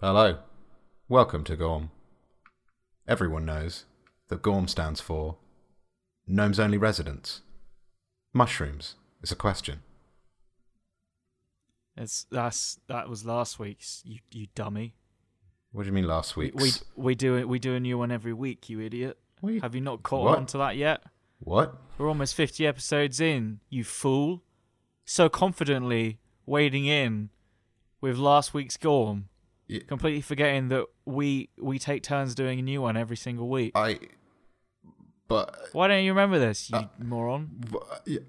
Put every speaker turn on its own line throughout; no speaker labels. Hello. Welcome to GORM. Everyone knows that GORM stands for Gnomes Only Residents. Mushrooms is a question.
It's that's that was last week's. You you dummy.
What do you mean last
We
week's?
we, we do it. We do a new one every week. You idiot.
What you-
Have you not caught
what?
on to that yet?
What?
We're almost fifty episodes in. You fool. So confidently wading in with last week's Gorm,
Y-
completely forgetting that we we take turns doing a new one every single week.
I. But.
Why don't you remember this, you moron?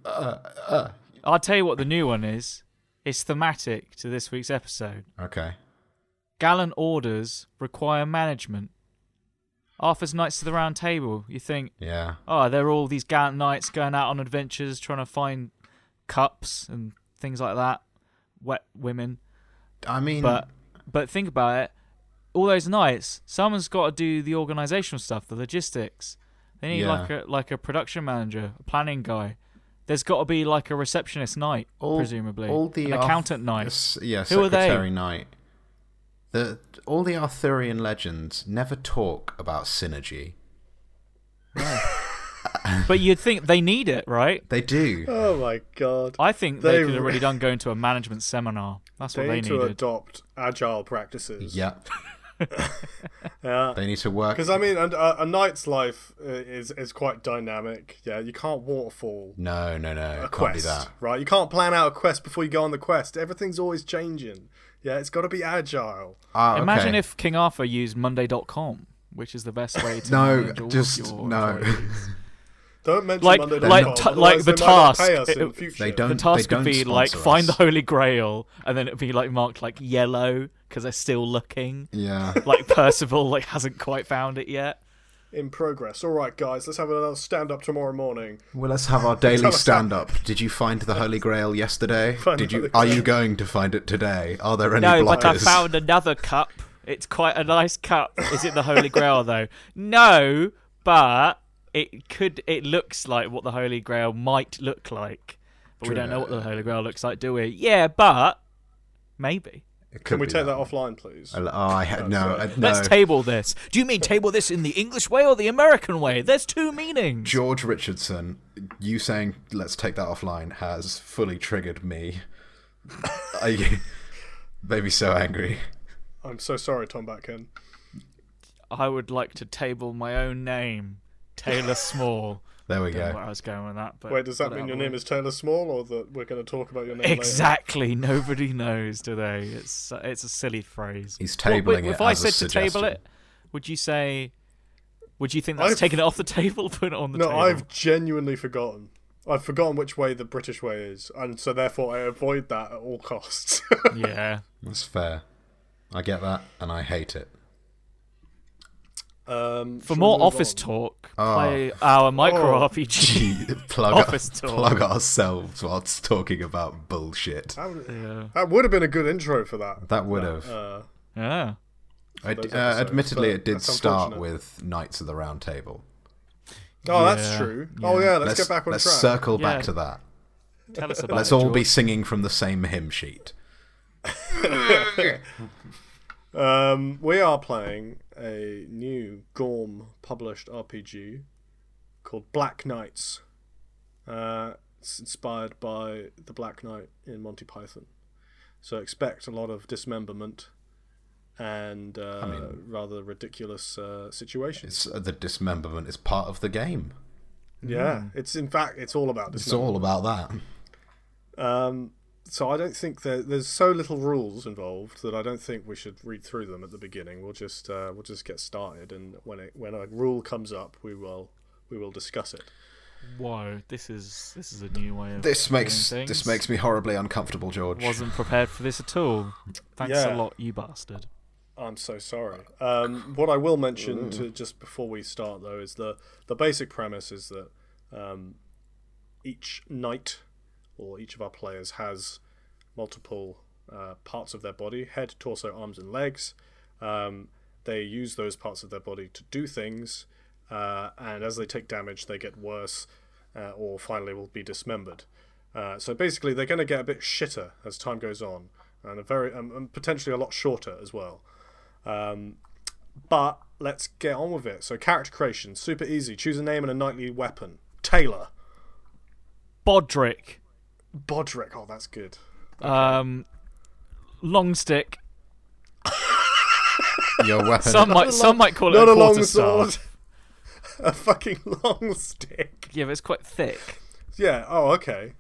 Uh, uh,
I'll tell you what the new one is. It's thematic to this week's episode.
okay.
Gallant orders require management. Arthur's Knights of the Round Table, you think,
Yeah.
oh, there are all these gallant knights going out on adventures, trying to find cups and things like that, wet women.
I mean.
But but think about it. All those knights, someone's got to do the organizational stuff, the logistics. They need
Yeah.
like a like a production manager, a planning guy. There's got to be like a receptionist knight,
all,
presumably,
all the
an
Arth-
accountant knight.
s- Yeah,
Who are they?
secretary knight. The all the Arthurian legends never talk about synergy.
But you'd think they need it, right?
They do.
Oh my god.
I think they,
They-
could have really done going to a management seminar. That's
They,
what they
need to
needed.
adopt agile practices.
yeah,
Yeah.
they need to work.
Because I mean, and, uh, a knight's life uh, is is quite dynamic. Yeah, you can't waterfall
No, no, no.
a
can't
quest,
do that.
right? You can't plan out a quest before you go on the quest. Everything's always changing. Yeah, it's got to be agile.
Ah, okay.
Imagine if King Arthur used Monday.com, which is the best way to
No,
manage all of
just
your
no.
employees.
Don't mention
Like-
Monday.
like
Dot
t-
com,
like
otherwise
the
they might not Pay
task.
us in
It-
future.
They don't-
The task
don't
would be like
sponsor
find the
us.
Holy Grail, and then it'd be like marked like yellow because they're still looking.
Yeah.
Like Percival, like hasn't quite found it yet.
in progress. All right, guys, let's have another stand up tomorrow morning.
Well, let's have our daily
Tell us that.
stand up. Did you find the Holy Grail yesterday?
Find
Did
the
you?
Holy
Are you
Grail.
going to find it today? Are there any
No,
blockers?
but I found another cup. It's quite a nice cup. Is it the Holy Grail though? No, but it could. It looks like what the Holy Grail might look like, but we don't know what the Holy Grail looks like, do we? Yeah, but maybe.
It could
Can we
be
take that offline, please?
Oh, I had no. I, no.
Let's table this. Do you mean table this in the English way or the American way? There's two meanings.
George Richardson, you saying let's take that offline has fully triggered me. I made me so angry.
I'm so sorry, Tom Batkin.
I would like to table my own name, Taylor Small.
There we
Don't know where
go.
I was going with that, but
Wait, does that
but
mean your
I'll-
name is Taylor Small, or that we're going to talk about your name later?
Exactly. Nobody knows, do they? It's it's a silly phrase.
He's
What-
tabling
wait,
it.
If I
as
said
a
to table
suggestion.
it, would you say? Would you think that's
I've-
taking it off the table, putting it on the
No,
table?
I've genuinely forgotten. I've forgotten which way the British way is, and so therefore I avoid that at all costs.
Yeah.
that's fair. I get that, and I hate it.
um,
For
shall we
more
move
office
on?
talk,
Oh.
play our micro
Oh.
RPG.
plug
Office talk.
plug ourselves whilst talking about bullshit.
That would,
Yeah.
that would have been a good intro for that.
That would have.
Uh,
Yeah.
I d-
those
uh,
episodes,
admittedly,
but
it did
that's
start
unfortunate.
with Knights of the Round Table.
oh,
Yeah,
that's true. Oh yeah, let's, get back on
let's
track.
circle
Yeah.
back to that.
Tell us about
Let's
it,
all be
George.
singing from the same hymn sheet.
Um, we are playing a new Gorm published RPG called Black Knights. Uh, it's inspired by the Black Knight in Monty Python, so expect a lot of dismemberment and uh, rather ridiculous uh, situations.
It's, uh, the dismemberment is part of the game.
Yeah, it's in fact it's all about
It's
dismemberment.
all about that.
Um, so I don't think there, there's so little rules involved that I don't think we should read through them at the beginning. We'll just uh, we'll just get started, and when it, when a rule comes up, we will we will discuss it.
Whoa, this is this is a new way of
This makes
doing
this
things.
makes me horribly uncomfortable, George.
wasn't prepared for this at all. Thanks a
Yeah.
lot, you bastard.
I'm so sorry. Um, what I will mention to just before we start though is the the basic premise is that um, each knight or each of our players has multiple uh, parts of their body head, torso, arms, and legs. Um, they use those parts of their body to do things, uh, and as they take damage, they get worse uh, or finally will be dismembered. Uh, so basically, they're going to get a bit shitter as time goes on, and a very um, and potentially a lot shorter as well. Um, but let's get on with it. So character creation, super easy. Choose a name and a knightly weapon. Taylor,
Bodrick,
Bodrick. Oh, that's good.
um, long stick.
Your weapon.
Some might some might call it
Not
a
a long
quarter staff.
sword. a fucking long stick.
Yeah, but it's quite thick.
Yeah. Oh, okay.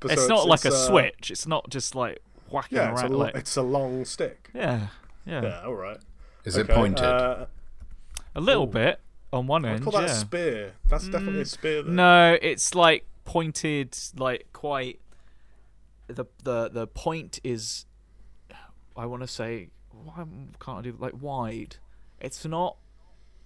But so
it's not like a
uh,
switch. It's not just like whacking
Yeah, it's a,
around.
lo-
like,
it's a long stick.
yeah, yeah,
Yeah. All right.
Is it
Okay,
pointed?
Uh,
a little bit on one
I
end.
call that
yeah. Mm.
a spear. That's definitely a spear. Though.
No, it's like pointed, like quite. The the the point is, I want to say, why can't I do like wide? It's not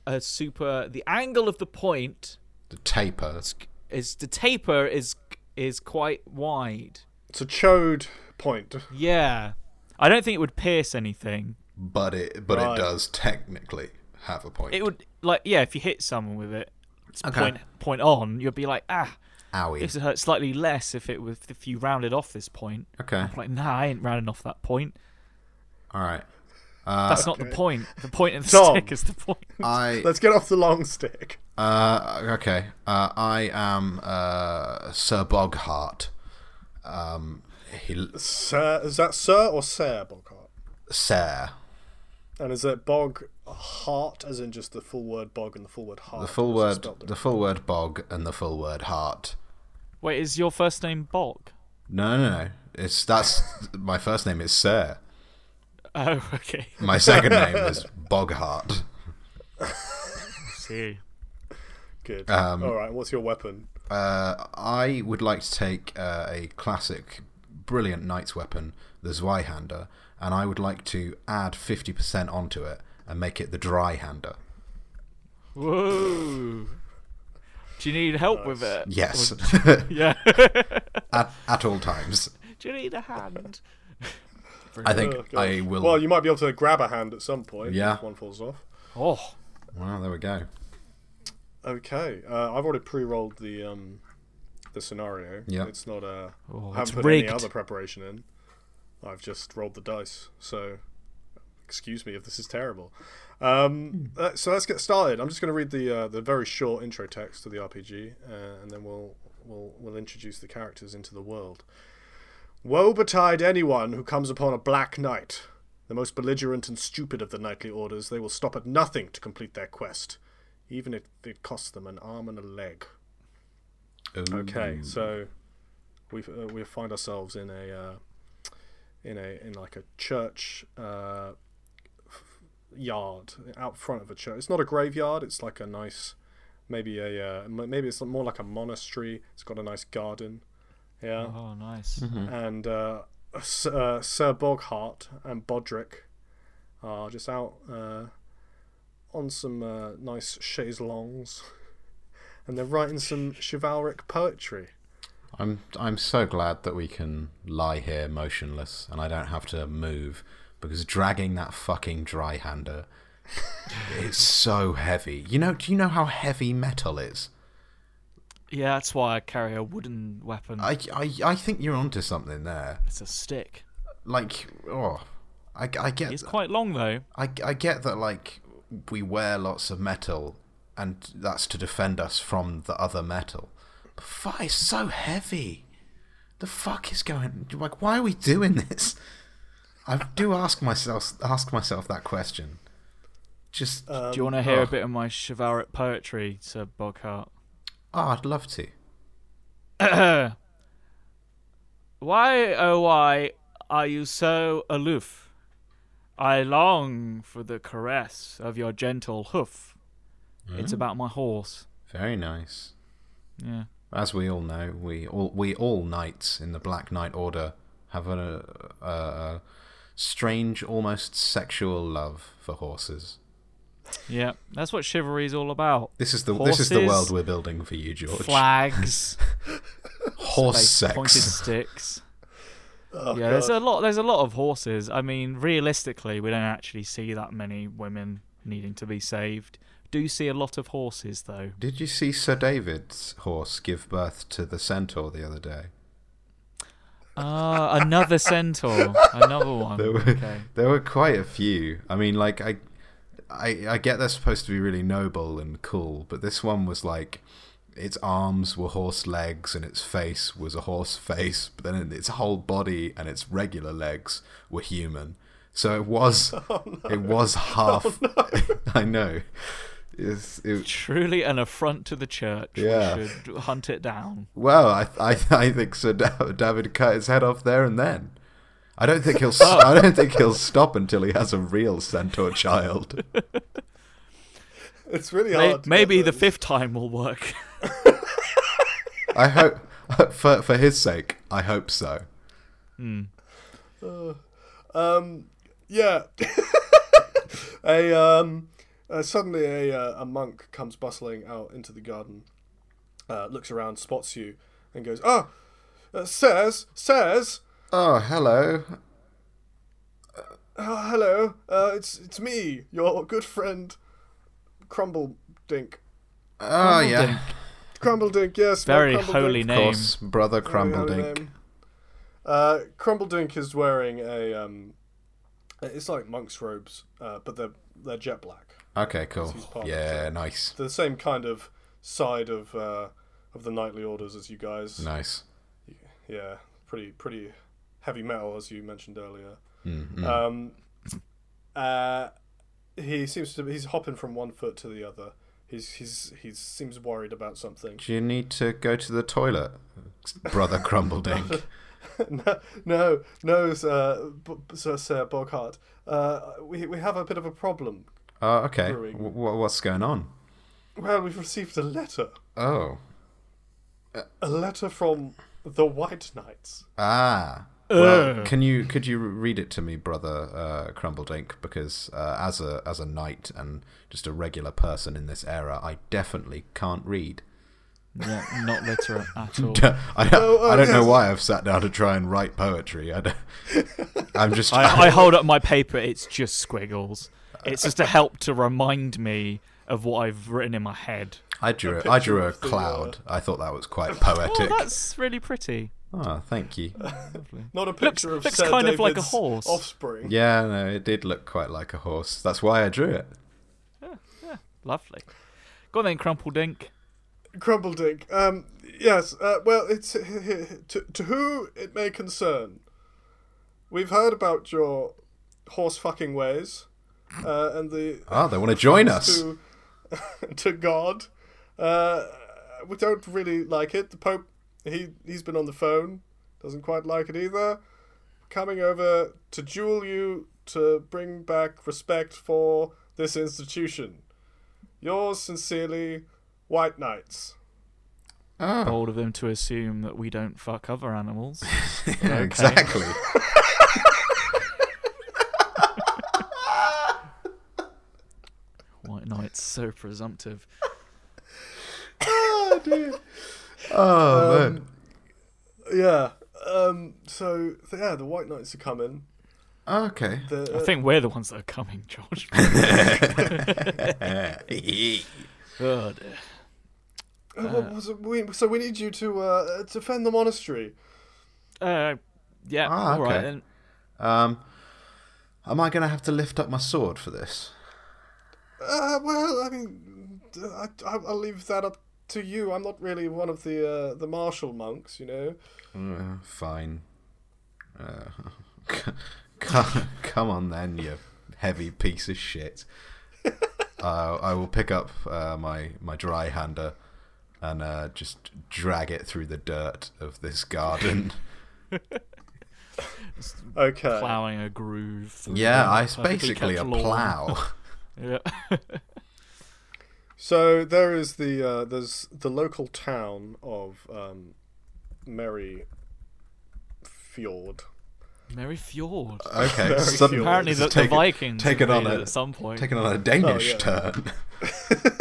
a super. The angle of the point
the taper.
is the taper is is quite wide.
It's a chode point.
Yeah, I don't think it would pierce anything.
But it but
Right.
it does technically have a point.
It would like yeah, if you hit someone with it, it's
Okay.
point point on, you'd be like ah,
Owie.
this would hurt slightly less if it was if you rounded off this point.
okay.
I'm like nah, I ain't rounding off that point.
All right.
That's not the point. The point of the
Tom.
stick is the point.
I
Let's get off the long stick.
Uh, okay. Uh, I am uh, Sir Boghart. Um, he,
Sir, is that Sir or Sir Boghart?
Sir.
And is it Bog Heart, as in just the full word Bog and the full word Heart?
The full
or is it
word,
spelled
the full word bog, and the full word heart.
Wait, is your first name Bog?
No, no, no. It's that's my first name is Sir.
Oh, okay.
My second name is Boghart.
See.
Good.
um,
All right. What's your weapon?
Uh, I would like to take uh, a classic, brilliant knight's weapon, the Zweihander, and I would like to add fifty percent onto it and make it the Dry Hander.
Whoa. Do you need help with it?
Yes,
Yeah.
at, at all times.
Do you need a hand?
I think
Oh, gosh.
I will.
Well, you might be able to grab a hand at some point.
Yeah.
If one falls off.
Oh,
Well, there we go.
Okay. Uh, I've already pre-rolled the um, the scenario.
Yeah.
It's not a.
Oh,
haven't
it's
put
rigged.
any other preparation in. I've just rolled the dice. So, excuse me if this is terrible. Um, uh, so let's get started. I'm just going to read the uh, the very short intro text to the RPG, uh, and then we'll we'll we'll introduce the characters into the world. Woe betide anyone who comes upon a black knight. The most belligerent and stupid of the knightly orders, they will stop at nothing to complete their quest, even if it costs them an arm and a leg. Okay,
Mm.
so we uh, we find ourselves in a uh, in a in like a church uh, f- yard out front of a church. It's not a graveyard. It's like a nice maybe a uh, m- maybe it's more like a monastery. It's got a nice garden. Yeah,
oh, nice.
and uh, S- uh, Sir Boghart and Bodrick are just out uh, on some uh, nice chaise longues, and they're writing some chivalric poetry.
I'm I'm so glad that we can lie here motionless and I don't have to move because dragging that fucking dry hander is so heavy. You know, do you know how heavy metal is?
Yeah, that's why I carry a wooden weapon.
I I, I think you're onto something there.
It's a stick.
Like, oh, I, I get
It's quite long though.
I, I get that like we wear lots of metal and that's to defend us from the other metal but fuck it's so heavy the fuck is going like why are we doing this i do ask myself ask myself that question just
Do you want to hear
oh.
a bit of my chivalric poetry, Sir Boghart?
oh i'd love to
Why, oh, why are you so aloof? I long for the caress of your gentle hoof. It's about my horse.
very nice
Yeah.
as we all know we all we all knights in the black knight order have a, a, a strange almost sexual love for horses
Yeah. That's what chivalry is all about.
This is the this is the
Horses,
world we're building for you, George.
Flags,
Horse
face-
sex.
pointed sticks.
Oh,
yeah, there's a lot. There's a lot of horses. I mean, realistically, we don't actually see that many women needing to be saved. Do see a lot of horses though.
Did you see Sir David's horse give birth to the centaur the other day?
Ah, another centaur, another one.
There were
Okay.
there were quite a few. I mean, like I, I I get they're supposed to be really noble and cool, but this one was like its arms were horse legs and its face was a horse face, but then its whole body and its regular legs were human. So it was it was half. I know. It's, it,
Truly an affront to the church.
Yeah.
We should hunt it down.
Well, I I, I think Sir Da- David cut his head off there and then. I don't think he'll. s I don't think he'll stop until he has a real centaur child.
It's really
May-
hard. to get
Maybe the
those.
fifth time will work.
I hope for for his sake. I hope so.
Um, yeah. a um, uh, suddenly a uh, a monk comes bustling out into the garden, uh, looks around, spots you, and goes, "Ah, uh, says says,
Oh, hello.
oh, hello, uh, it's it's me, your good friend, Crumble Dink,
Oh yeah,
Crumble Dink, yes, my
Very
Crumble
holy
Dink.
of
name.
course, brother
Very holy
Crumbledink.
name. Uh, Crumbledink is wearing a um, it's like monk's robes, uh, but they're they're jet black.
Okay, cool.
He's part of
Yeah, nice,
the same kind of side of uh, of the knightly orders as you guys.
nice.
Yeah, pretty pretty heavy metal as you mentioned earlier. Um, uh, he seems to be, he's hopping from one foot to the other. He's he's he seems worried about something.
Do you need to go to the toilet, brother Crumbledink?
no, no, no, Sir, B- Sir, Sir Boghart. Uh, we we have a bit of a problem.
Oh, okay.
Brewing.
W- what's going on?
Well, we've received a letter,
Oh,
a letter from the White Knights.
ah.
Uh.
Well, can you could you read it to me, brother uh, Crumbledink? Because uh, as a as a knight and just a regular person in this era, I definitely can't read.
Yeah, not literate at all.
I,
oh,
I don't know
yes.
why I've sat down to try and write poetry. I am just
I, I hold up my paper. It's just squiggles. It's just a help to remind me of what I've written in my head.
I drew a-
a
I
picture
drew a
of the, uh,
cloud. I thought that was quite
Oh,
poetic.
that's really pretty.
Oh, thank you.
Not a picture of
looks
Sir
kind of like a
David's
horse.
Offspring.
Yeah, no, it did look quite like a horse. That's why I drew it.
Lovely. Go on then, Crumpledink.
Crumbledink. Um, yes. Uh, well, it's to, to who it may concern. We've heard about your horse fucking ways, uh, and the
Ah, they want to join us.
to to God. Uh, we don't really like it. The Pope, he he's been on the phone, doesn't quite like it either. Coming over to duel you to bring back respect for this institution. Yours sincerely, White Knights.
Oh,
Bold of them to assume that we don't fuck other animals.
yeah, exactly.
White Knight's so presumptive.
Oh, dude.
Oh
Um,
man.
yeah. Um. So yeah, the White Knights are coming.
Okay.
The,
I think we're the ones that are coming, George.
Oh,
Good.
uh, what was it? We, so we need you to uh, defend the monastery.
Uh, yeah.
Ah,
all right
okay.
then.
um, am I going to have to lift up my sword for this?
Uh, well, I mean, I, I, I'll leave that up to you. I'm not really one of the uh, the martial monks, you know.
Uh, fine. Uh, c- come, come on then, you heavy piece of shit. Uh, I will pick up uh, my my dry hander and uh, just drag it through the dirt of this garden.
Okay.
Plowing a groove. through
yeah,
the
I
perfectly
basically a
kept lawn.
plow.
Yeah.
So there is the uh, there's the local town of um, Merry Fjord.
Merry Fjord.
Okay,
Very
suddenly-
few.
Apparently,
this
the,
is
the
taking-
Vikings
taking on
invaded
a-
at some point.
taking on a Danish
Oh, yeah.
turn.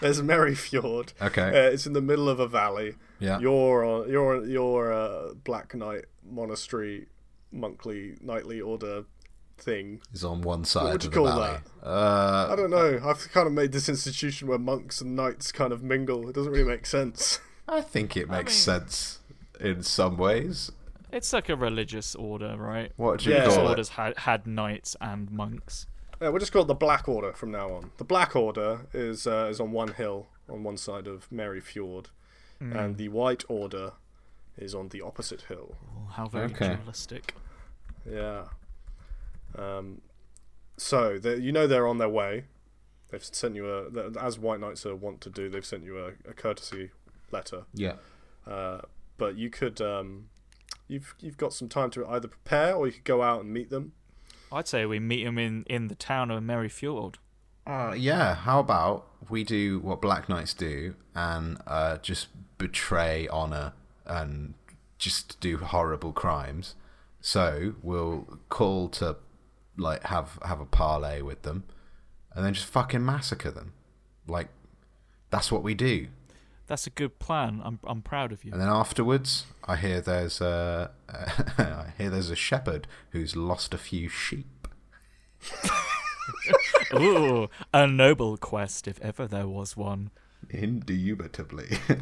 There's Merry Fjord.
Okay.
Uh, it's in the middle of a valley.
Yeah.
Your uh, your your uh, Black Knight monastery monkly knightly order thing
is on one side
would you
of the
call
valley. Uh,
I don't know. I've kind of made this institution where monks and knights kind of mingle. It doesn't really make sense.
I think it makes sense in some ways.
It's like a religious order, right?
What do you
Yeah.
Religious
call it?
orders had had knights and monks.
Yeah, we'll just call it the Black Order from now on. The Black Order is uh, is on one hill on one side of Merry Fjord, and the White Order is on the opposite hill.
Oh, how very
Okay.
dualistic.
Yeah. Um, so the, you know they're on their way. They've sent you a th- as White Knights are wont to do. They've sent you a, a courtesy letter,
Yeah.
uh, but you could um, you've you've got some time to either prepare or you could go out and meet them.
I'd say we meet him in, in the town of Merryfield.
Uh, yeah. How about we do what Black Knights do and uh, just betray honor and just do horrible crimes? So we'll call to like have have a parley with them, and then just fucking massacre them. Like that's what we do.
That's a good plan. I'm I'm proud of you.
And then afterwards, I hear there's a I hear there's a shepherd who's lost a few sheep.
Ooh, a noble quest if ever there was one.
Indubitably.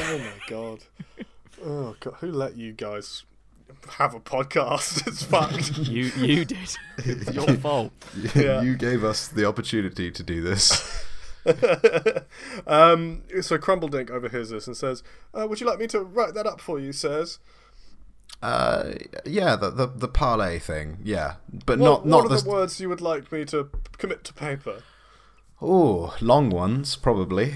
Oh my god. Oh god, who let you guys have a podcast? It's fucked.
You you did. It's your fault.
Yeah.
You gave us the opportunity to do this.
um, so Crumbledink overhears this and says, uh, "Would you like me to write that up for you?" Says,
Uh, yeah, the the, the parlay thing. Yeah, but
"What,
not not
what
the,
are the words you would like me to commit to paper?"
oh long ones probably.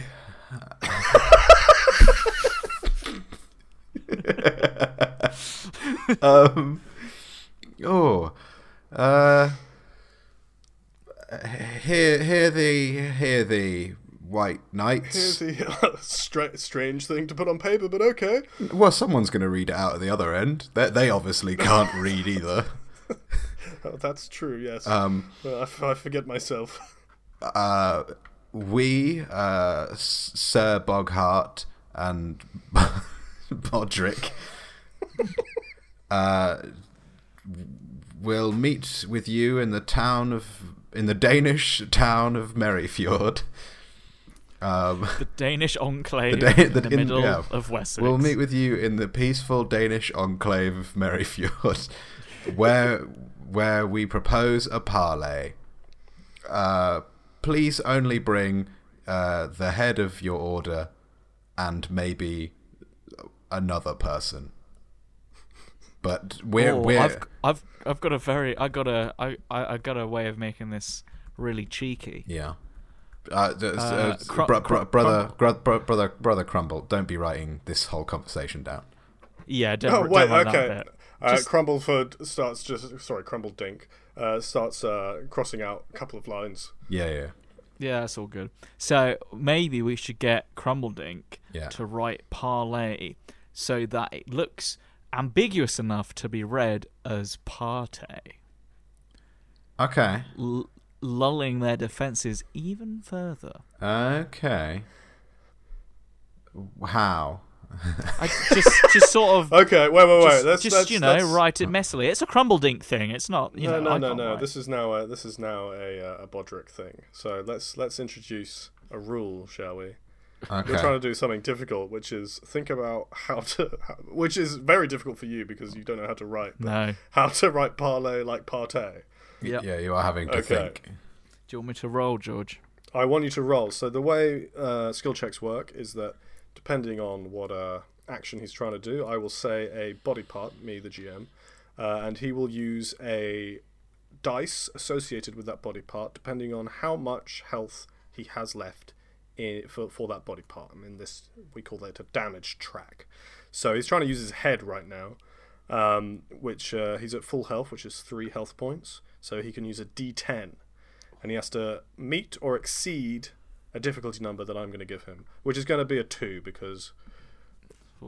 um, oh, uh, hear hear the hear the white
Here's
knights.
the stra- strange thing to put on paper, but okay.
Well, someone's going to read it out at the other end. They they obviously can't read either.
Oh, that's true. Yes,
Um.
Uh, I, f- I forget myself.
uh, we, uh, S- Sir Boghart and Bodrick, uh, will meet with you in the town of in the Danish town of Merryfjord. Um,
The Danish enclave
Da-
in
the
the,
Dan-
middle
yeah.
of Wessex.
We'll meet with you in the peaceful Danish enclave of Merryfjord, where where we propose a parley. Uh, please only bring uh, the head of your order and maybe another person. But we're
Oh,
we're
I've, I've I've got a very I got a I, I I got a way of making this really cheeky.
yeah. Uh, th- uh,
Uh,
s-
Cru-
bro-
Cru-
bro- brother, gr- bro- brother, brother, Crumble! Don't be writing this whole conversation down.
Yeah, don't,
Oh wait,
don't mind
okay.
that bit.
Uh,
Just-
Crumbleford starts just sorry, Crumbledink uh, starts uh, crossing out a couple of lines.
Yeah, yeah.
Yeah, that's all good. So maybe we should get Crumbledink
Yeah.
to write parlay so that it looks ambiguous enough to be read as parte,
Okay,
l- lulling their defences even further.
Okay. How?
I just just sort of
Okay, wait, wait, wait.
just,
that's,
just,
that's,
you know
that's-
write it messily. It's a Crumbledink thing. It's not you know.
No, no,
I
no,
can't
no.
write.
This is now a this is now a uh, a Bodrick thing. So let's let's introduce a rule, shall we? We're
Okay.
trying to do something difficult, which is think about how to, how, which is very difficult for you because you don't know how to write. But
no.
How to write parlay like partay.
Yep.
Yeah, you are having to
Okay.
think.
Do you want me to roll, George?
I want you to roll. So the way uh, skill checks work is that depending on what uh, action he's trying to do, I will say a body part, me the GM, uh, and he will use a dice associated with that body part, depending on how much health he has left in, for for that body part. And in this, we call that a damage track. So he's trying to use his head right now, um, which uh, he's at full health, which is three health points. So he can use a D10 and he has to meet or exceed a difficulty number that I'm going to give him, which is going to be a two because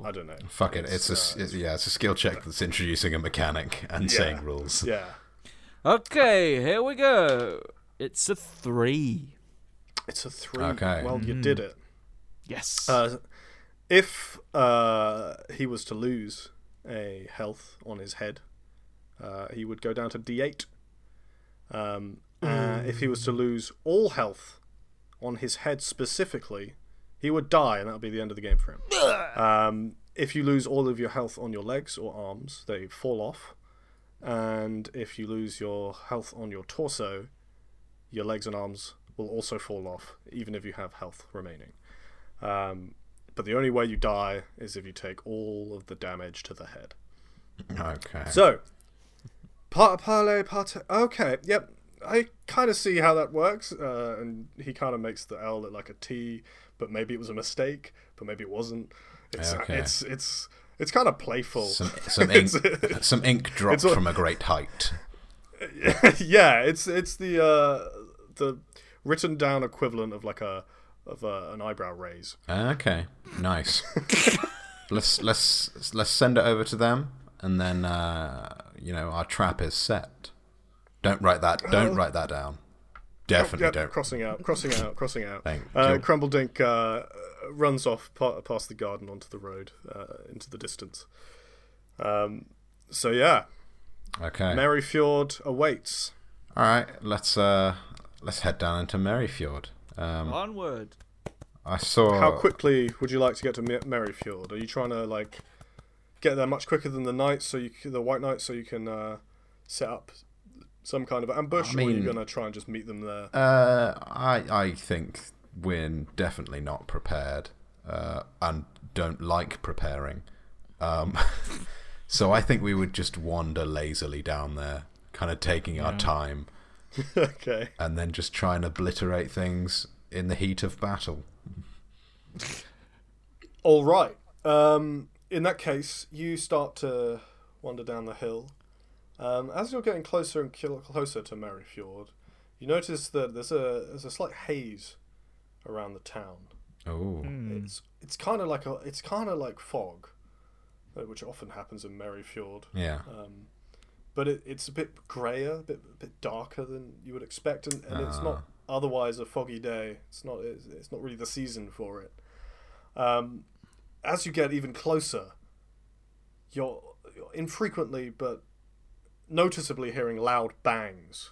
I don't know.
Fuck it. It's a s-
uh,
it- yeah. It's a skill check that's introducing a mechanic and saying rules.
yeah,
Okay, here we go. It's a three.
it's a three.
Okay.
Well, you did it.
Yes.
Uh, if uh, he was to lose a health on his head, uh, he would go down to D8. Um, uh, if he was to lose all health on his head specifically, he would die, and that would be the end of the game for him. Um, if you lose all of your health on your legs or arms, they fall off. And if you lose your health on your torso, your legs and arms will also fall off, even if you have health remaining. Um, but the only way you die is if you take all of the damage to the head.
Okay.
So, pa- parle, parte. Okay, yep. I kind of see how that works, uh, and he kind of makes the L look like a T, but maybe it was a mistake, but maybe it wasn't. It's uh,
Okay.
it's it's it's kind of playful.
some some ink
It's-
some ink dropped
all-
from a great height.
yeah, it's it's the uh, the written down equivalent of like a of a, an eyebrow raise.
Okay, nice. let's let's let's send it over to them, and then uh, you know our trap is set. Don't write that.
Uh,
Don't write that down. Definitely
Yep,
don't.
crossing out, crossing out, crossing out.
Thank
uh,
you.
Crumbledink uh, runs off pa- past the garden onto the road uh, into the distance. Um, so yeah,
Okay.
Merryfjord awaits.
All right. Let's uh let's head down into Merryfjord. Um,
Onward.
I saw.
How quickly would you like to get to Mer- Merryfjord? Are you trying to like get there much quicker than the knight, so you c- the white knight, so you can uh, set up some kind of ambush, or are
mean-
you gonna try and just meet them there?
Uh, I I think we're definitely not prepared, uh, and don't like preparing. Um, so I think we would just wander lazily down there, kind of taking our time,
okay.
and then just try and obliterate things in the heat of battle.
All right. Um, in that case, you start to wander down the hill. Um, as you're getting closer and kil- closer to Merryfjord, you notice that there's a there's a slight haze around the town.
Oh,
It's it's kind of like a it's kind of like fog, uh, which often happens in Merryfjord.
yeah.
Um, but it, it's a bit grayer, a bit, a bit darker than you would expect, and, and it's not otherwise a foggy day. It's not it's, it's not really the season for it. Um, as you get even closer, you're, you're infrequently but noticeably hearing loud bangs.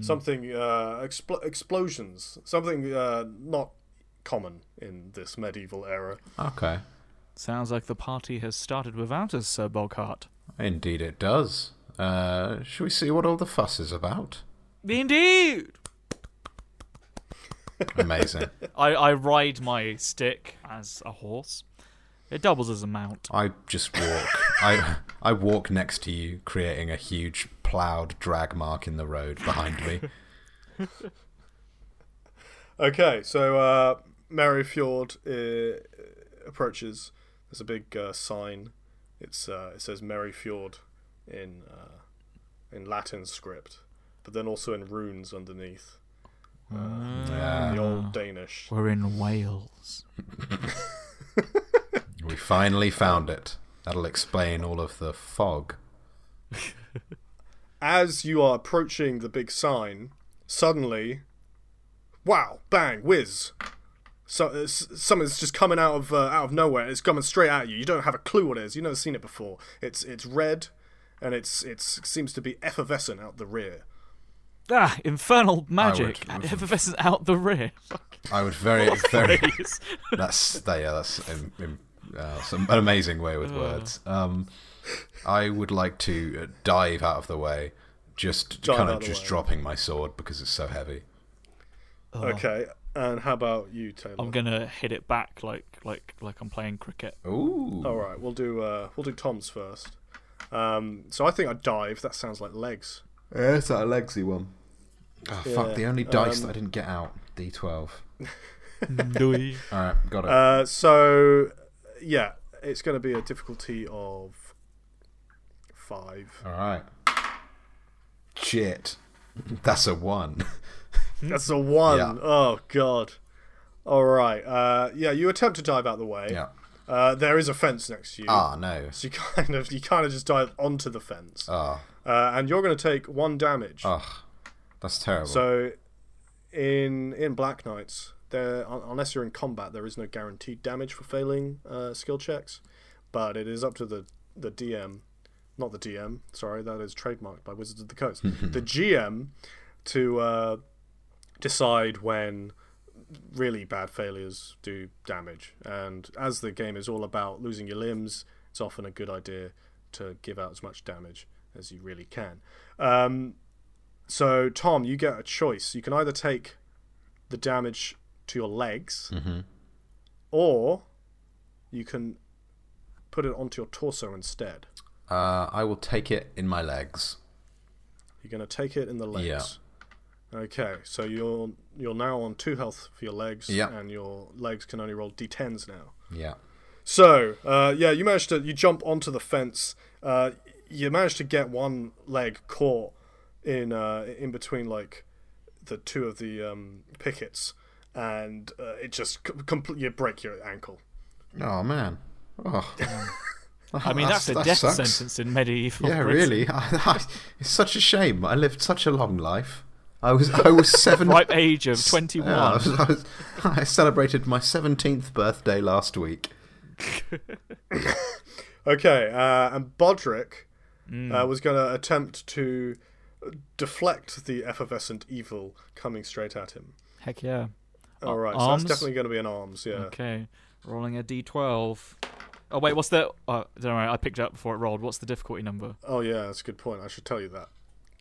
Something uh, expl- explosions. Something uh, not common in this medieval era.
Okay.
Sounds like the party has started without us, Sir Boghart.
Indeed, it does. Uh, should we see what all the fuss is about?
Indeed.
Amazing.
I, I ride my stick as a horse. It doubles as a mount.
I just walk. I I walk next to you, creating a huge ploughed drag mark in the road behind me.
Okay, so uh, Merryfjord uh, approaches. There's a big uh, sign. It's uh, it says Merryfjord in uh, in Latin script, but then also in runes underneath
Yeah,
the old Danish.
We're in Wales.
we finally found it. That'll explain all of the fog.
As you are approaching the big sign, suddenly, wow, bang, whiz! So uh, s- something's just coming out of uh, out of nowhere. It's coming straight at you. You don't have a clue what it is. You've never seen it before. It's it's red, and it's it's seems to be effervescent out the rear.
Ah, infernal magic.
would-
Effervescence out the rear.
I would very, very.
Please.
That's yeah. That's um, um, uh, some an amazing way
Oh.
with words. Um, I would like to uh, dive out of the way, just
Dive
kind
out
of
of the
just
way.
dropping my sword because it's so heavy.
Okay, and how about you, Taylor?
I'm gonna hit it back like like like I'm playing cricket.
Ooh.
All right, we'll do uh, we'll do Tom's first. Um, so I think I dive. That sounds like legs.
Yeah, it's that legsy one. Oh,
Yeah, um,
fuck, the only dice that I didn't get out. D12.
Do we?
Alright, got it.
Uh, so yeah, it's going to be a difficulty of five.
Alright. Shit. That's a one.
That's a one.
Hmm? Yeah.
Oh god. All right. Uh, yeah, you attempt to dive out the way.
yeah.
Uh, there is a fence next to you,
Ah, no.
so you kind of you kind of just dive onto the fence,
Ah,
uh, and you're going to take one damage.
ugh. That's terrible.
So, in in Black Knights, there un- unless you're in combat, there is no guaranteed damage for failing uh, skill checks, but it is up to the the DM, not the DM. Sorry, that is trademarked by Wizards of the Coast. the GM to uh, decide when really bad failures do damage. And as the game is all about losing your limbs, it's often a good idea to give out as much damage as you really can. Um, so, Tom, you get a choice. You can either take the damage to your legs,
Mm-hmm.
or you can put it onto your torso instead.
Uh, I will take it in my legs.
You're going to take it in the legs.
Yeah.
Okay, so you're you're now on two health for your legs,
Yeah.
and your legs can only roll d10s now.
Yeah.
So uh, yeah, you managed to you jump onto the fence. Uh, you managed to get one leg caught in uh, in between like the two of the um, pickets, and uh, it just com- com- you break your ankle.
Oh man. Oh.
I mean, that's, a
that
death
sucks.
sentence in medieval.
Yeah,
prison.
really. it's such a shame. I lived such a long life. I was I was seven.
Ripe age of 21.
Yeah, I, was, I, was, I celebrated my seventeenth birthday last week.
Okay, uh, and Bodrick
Mm.
uh, was going to attempt to deflect the effervescent evil coming straight at him.
Heck yeah.
All right,
arms?
so that's definitely going to be an arms. Yeah.
Okay. Rolling a d12. Oh, wait, what's the. Oh, don't worry, I picked it up before it rolled. What's the difficulty number?
Oh yeah, that's a good point. I should tell you that.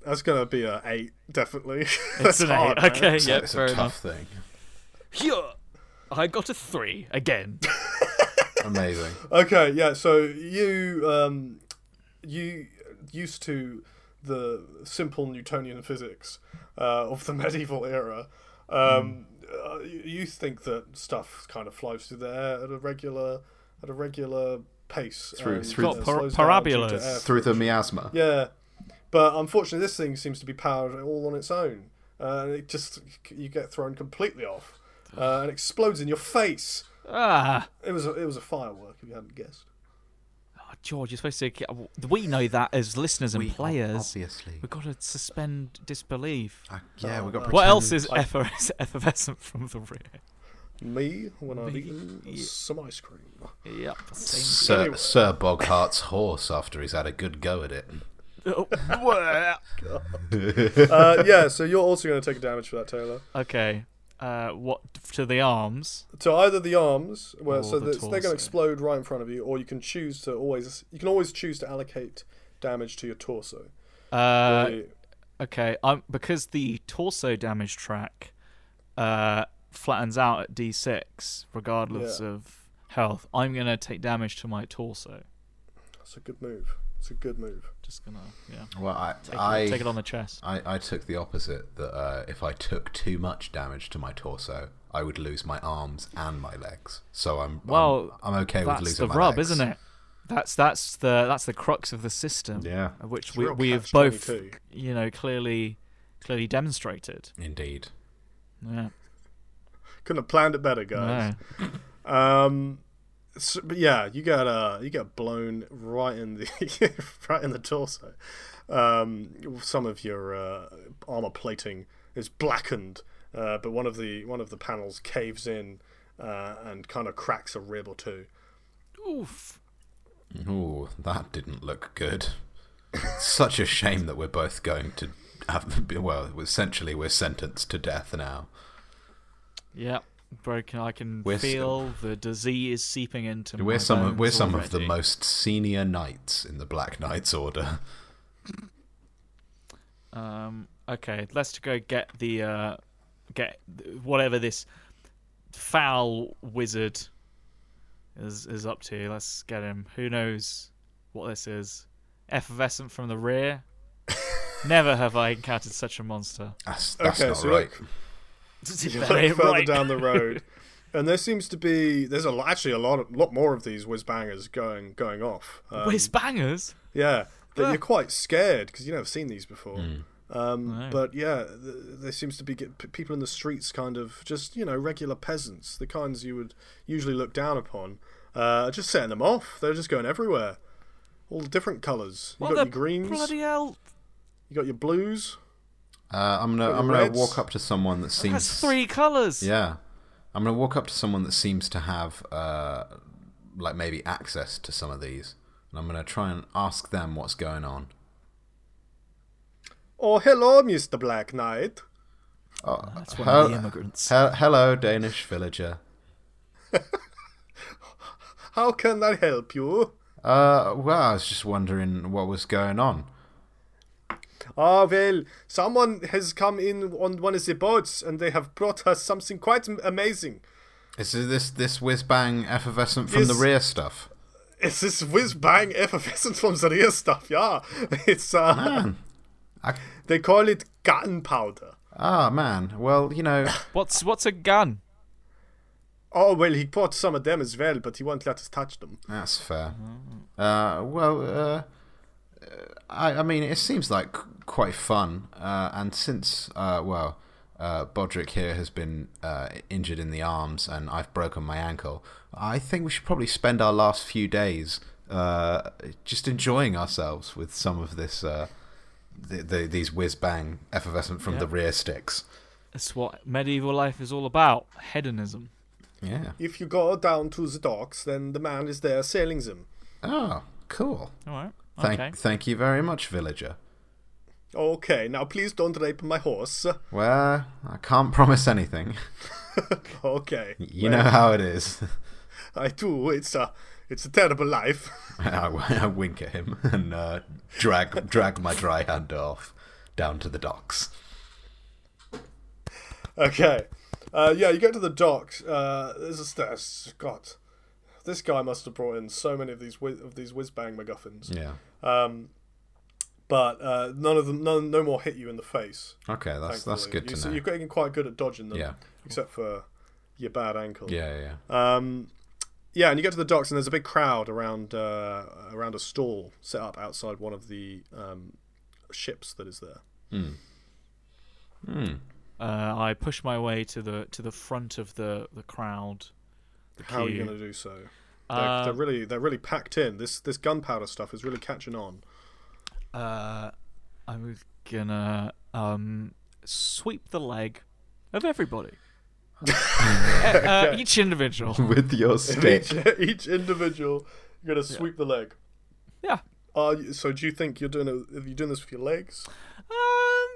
That's going to be a eight, definitely.
It's
that's
an
hard,
8.
man.
Okay, yeah,
it's
fair
a
enough.
tough thing.
Yeah. I got a 3 again.
Amazing.
Okay, yeah. So you um, you used to the simple Newtonian physics uh, of the medieval era. Um,
Hmm.
uh, you- you think that stuff kind of flies through the air at a regular at a regular pace
Through-
and,
through-
uh,
Got par-
slows down due to
parabolas.
air
Through the miasma.
Yeah, but unfortunately, this thing seems to be powered all on its own, uh, and it just you get thrown completely off uh, and explodes in your face.
Ah.
It was a, it was a firework if you hadn't guessed.
Oh, George, you're supposed to. Get... We know that as listeners and
We-
players.
Obviously.
We've got to suspend disbelief.
I- yeah, we got.
What
pretend-
else is efferves- effervescent from the rear?
Me when I've
Me,
eaten
yeah.
some ice cream.
Yep. Same.
Sir,
Anyway.
Sir Boghart's horse after he's had a good go at it.
Oh,
Uh, yeah, so you're also going to take damage for that, Taylor.
okay. Uh, what to the arms?
To either the arms, where
Or
so
the
that they're going to
torso.
explode right in front of you, or you can choose to always you can always choose to allocate damage to your torso.
Uh,
You-
okay. Um, because the torso damage track uh, flattens out at D6, regardless
Yeah.
of health. I'm gonna take damage to my torso.
That's a good move. It's a good move.
Just gonna yeah.
Well, I
Take,
I,
it, take it on the chest.
I I took the opposite that uh, if I took too much damage to my torso, I would lose my arms and my legs. So I'm
Well,
I'm, I'm okay with
that's
losing
the
my
rub,
legs.
isn't it? That's that's the that's the crux of the system.
Yeah.
of Which
a
we
real
we have
catch
both
22.
you know clearly clearly demonstrated.
Indeed.
Yeah.
Couldn't have planned it better, guys.
No.
Um, so, but yeah, you get uh, you get blown right in the right in the torso. Um, some of your uh, armor plating is blackened, uh, but one of the one of the panels caves in uh, and kind of cracks a rib or two.
Oof.
Ooh, that didn't look good. Such a shame that we're both going to have. Well, essentially, we're sentenced to death now.
Yep. Broken. I can
We're s-
feel the disease seeping into my
We're some.
bones
We're some of the
already.
most senior knights in the Black Knights Order.
Um. Okay. Let's go get the uh, get th- whatever this foul wizard is is up to. Let's get him. Who knows what this is? Effervescent from the rear. Never have I encountered such a monster.
That's, that's
Okay,
not
so
right.
look-
Very
further
right.
down the road, and there seems to be there's a, lo- actually a lot of, lot more of these whiz bangers going going off. Um,
Whiz bangers.
Yeah, that
Ah.
you're quite scared because you never seen these before. Um,
No.
But yeah, th- there seems to be get p- people in the streets, kind of just you know regular peasants, the kinds you would usually look down upon. Uh, just setting them off. They're just going everywhere, all different colours. You
What
got
the
your greens,
bloody hell?
you got your blues.
Uh, I'm gonna.
the
I'm gonna
reds?
walk up to someone that seems.
Mm.
That's three colours.
Yeah, I'm gonna walk up to someone that seems to have, uh, like maybe access to some of these, and I'm gonna try and ask them what's going on.
Oh, hello, Mister Black Knight.
Oh,
That's one of the immigrants.
he- hello, Danish villager.
How can I help you?
Uh, well, I was just wondering what was going on.
Ah, well, someone has come in on one of the boats and they have brought us something quite am- amazing.
Is this this whiz bang effervescent from the
Yes.
rear stuff?
It's this whiz bang effervescence from the real stuff, yeah. It's, uh,
Ah. I-
they call it gunpowder.
Ah, man. Well, you know,
What's what's a gun?
Oh, well, he bought some of them as well, but he won't let us touch them.
that's fair. Uh, well, uh, I, I mean, it seems like quite fun. Uh, and since, uh, well, uh, Bodrick here has been uh, injured in the arms and I've broken my ankle, I think we should probably spend our last few days uh, just enjoying ourselves with some of this. Uh, the, the, these whiz bang effervescent from the rear sticks.
That's what medieval life is all about. Hedonism.
Yeah.
If you go down to the docks, then the man is there selling them.
Oh, cool.
All right.
Thank,
okay.
thank you very much, villager.
Okay, now please don't rape my horse.
Well, I can't promise anything.
Okay.
You
well,
know how it is.
I do. It's a, it's a terrible life.
I, I wink at him and uh, drag drag my dry hand off down to the docks.
Okay. Uh, yeah, you go to the docks. Uh, there's a stairs. God, this guy must have brought in so many of these whiz- of these whiz bang MacGuffins.
Yeah.
But uh, none of them, none, no more hit you in the face.
Okay, that's that's
thankfully.
good
you,
to
see-
know.
You're getting quite good at dodging them.
Yeah.
Except for your bad ankle.
Yeah, yeah, yeah.
Um, yeah, and you get to the docks, and there's a big crowd around uh, around a stall set up outside one of the um, ships that is there.
Uh, I push my way to the to the front of the the crowd. The
How are you
queue.
going to do so? They're,
Uh,
they're really they're really packed in. This this gunpowder stuff is really catching on.
Uh, I'm gonna um sweep the leg of everybody. uh, each individual.
Um,
With your
Each,
stick.
each individual, you're going to sweep the leg.
Yeah.
Are you, so do you think you're doing it? Are you doing this with your legs?
Um,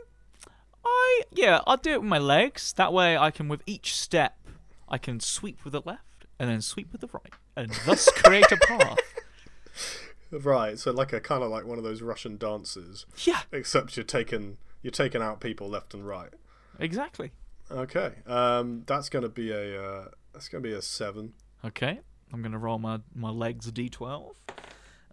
I yeah, I'll do it with my legs. That way, I can with each step, I can sweep with the left and then sweep with the right, and thus create a path.
Right. So like a kind of like one of those Russian dances,
Yeah,
except you're taking you're taking out people left and right.
exactly.
Okay. Um, that's going to be a uh, that's going to be a seven.
Okay, I'm gonna roll my my legs a d12,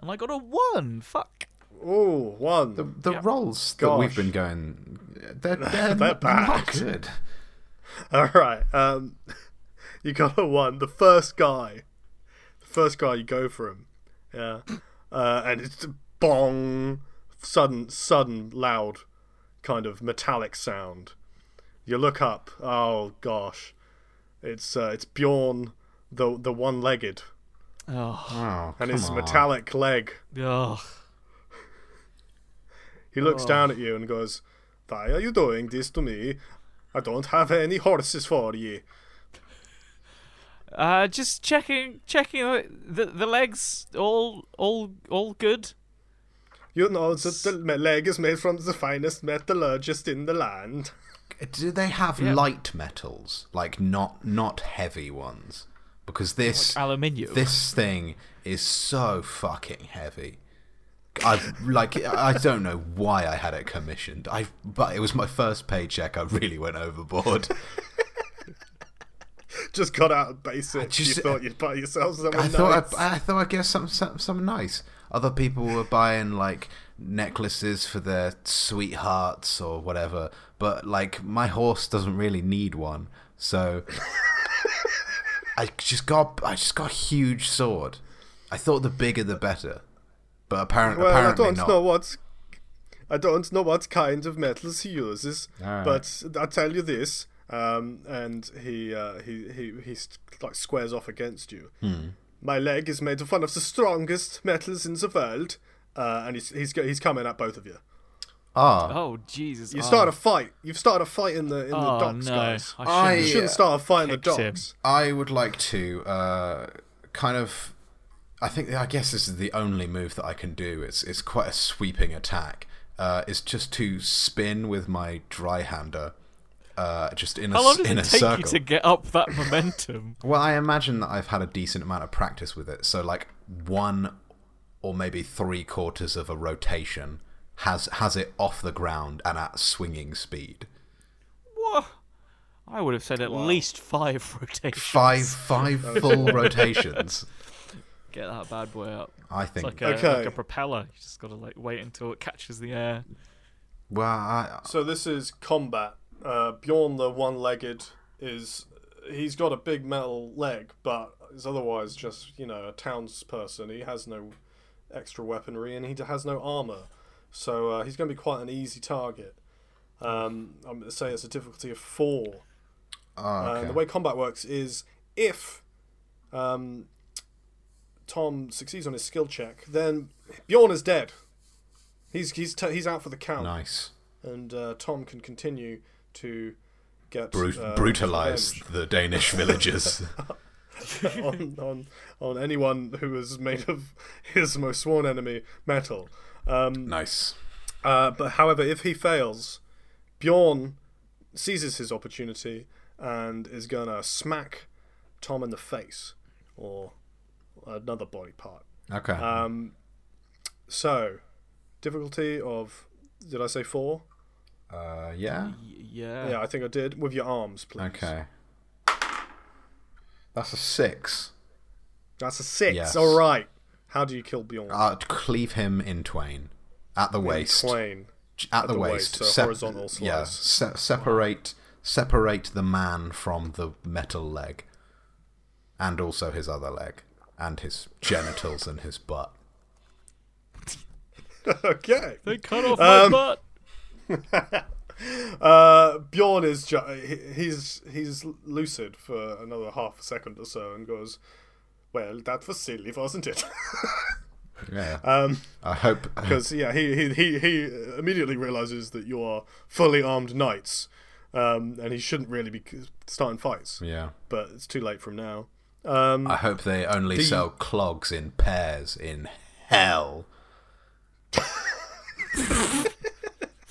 and I got a one. Fuck.
Oh, one.
The, the rolls that
Gosh.
we've been going, they're, they're,
They're
not
bad.
good.
All right. Um, you got a one. The first guy, the first guy, you go for him. Yeah. Uh, and it's a bong, sudden, sudden, loud, kind of metallic sound. You look up. Oh gosh, it's uh, it's Bjorn, the the one-legged,
Oh,
Oh, come
and his
on.
metallic leg.
oh.
He looks down
Oh.
at you and goes, "Why are you doing this to me? I don't have any horses for ye."
Uh, just checking, checking the, the the legs all all all good.
You know that the me- leg is made from the finest metallurgist in the land.
Do they have light metals, like not not heavy ones? Because this
Aluminium.
this thing is so fucking heavy. I like I don't know why I had it commissioned. I but it was my first paycheck. I really went overboard.
Just got out of basics.
just-
you thought you'd buy yourself something
I
nice.
thought I, I thought I'd get some, some some nice. Other people were buying like necklaces for their sweethearts or whatever, but like my horse doesn't really need one. So I just got I just got a huge sword. I thought the bigger the better. But apparently
well, I
apparently
don't
not.
know what. I don't know what kind of metals he uses,
right.
but I tell you this. Um, and he uh, he he he st- like squares off against you.
Hmm.
My leg is made of one of the strongest metals in the world, uh, and he's he's go- he's coming at both of you.
Ah,
oh Jesus!
You
oh,
start a fight. You've started a fight in the in
oh,
the docks,
no.
guys.
I
I-
shouldn't.
You shouldn't start a fight in the
Kicked
docks.
him.
I would like to uh, kind of. I think I guess this is the only move that I can do. It's it's quite a sweeping attack. Uh, is just to spin with my dry hander uh, just in a
How long
s-
does
in
it
a
take
circle.
you to get up that momentum?
Well, I imagine that I've had a decent amount of practice with it. So like one or maybe three quarters of a rotation has has it off the ground and at swinging speed.
what? I would have said at least five rotations.
Five five full rotations.
Get that bad boy up.
I think.
Like a,
Okay.
like a propeller. You just gotta like wait until it catches the air.
well, I,
So this is combat. Uh, Bjorn the one-legged is he's got a big metal leg, but is otherwise just you know a townsperson. He has no extra weaponry and he d- has no armor, so uh, he's going to be quite an easy target. Um, I'm going to say it's a difficulty of four. Uh,
oh,
And
okay.
the way combat works is if um, Tom succeeds on his skill check, then Bjorn is dead. He's he's t- he's out for the count
nice.
and uh, Tom can continue to get
Brut-
uh,
brutalized the Danish villagers.
revenge on, on on anyone who has made of his most sworn enemy metal. Um,
nice.
uh, but however, if he fails, Bjorn seizes his opportunity and is gonna smack Tom in the face or another body part.
Okay.
Um, so difficulty of did I say four?
uh, yeah.
Y- yeah.
Yeah, I think I did. With your arms, please.
Okay. That's a six.
That's a six.
Yes.
All right. How do you kill Bjorn?
Uh, cleave him in twain, at the waist.
Twain.
at, the,
the
waist,
waist, so horizontal slice.
Yeah, se- separate separate the man from the metal leg, and also his other leg, and his genitals and his butt.
okay.
They cut off my
Um,
butt.
Uh, Bjorn is ju- he- he's he's lucid for another half a second or so and goes, "Well, that was silly, wasn't it?"
Yeah. Um, I hope.
Because yeah, he, he he he immediately realizes that you are fully armed knights, um, and he shouldn't really be c- starting fights.
Yeah.
But it's too late from now. Um,
I hope they only sell clogs in pairs in hell.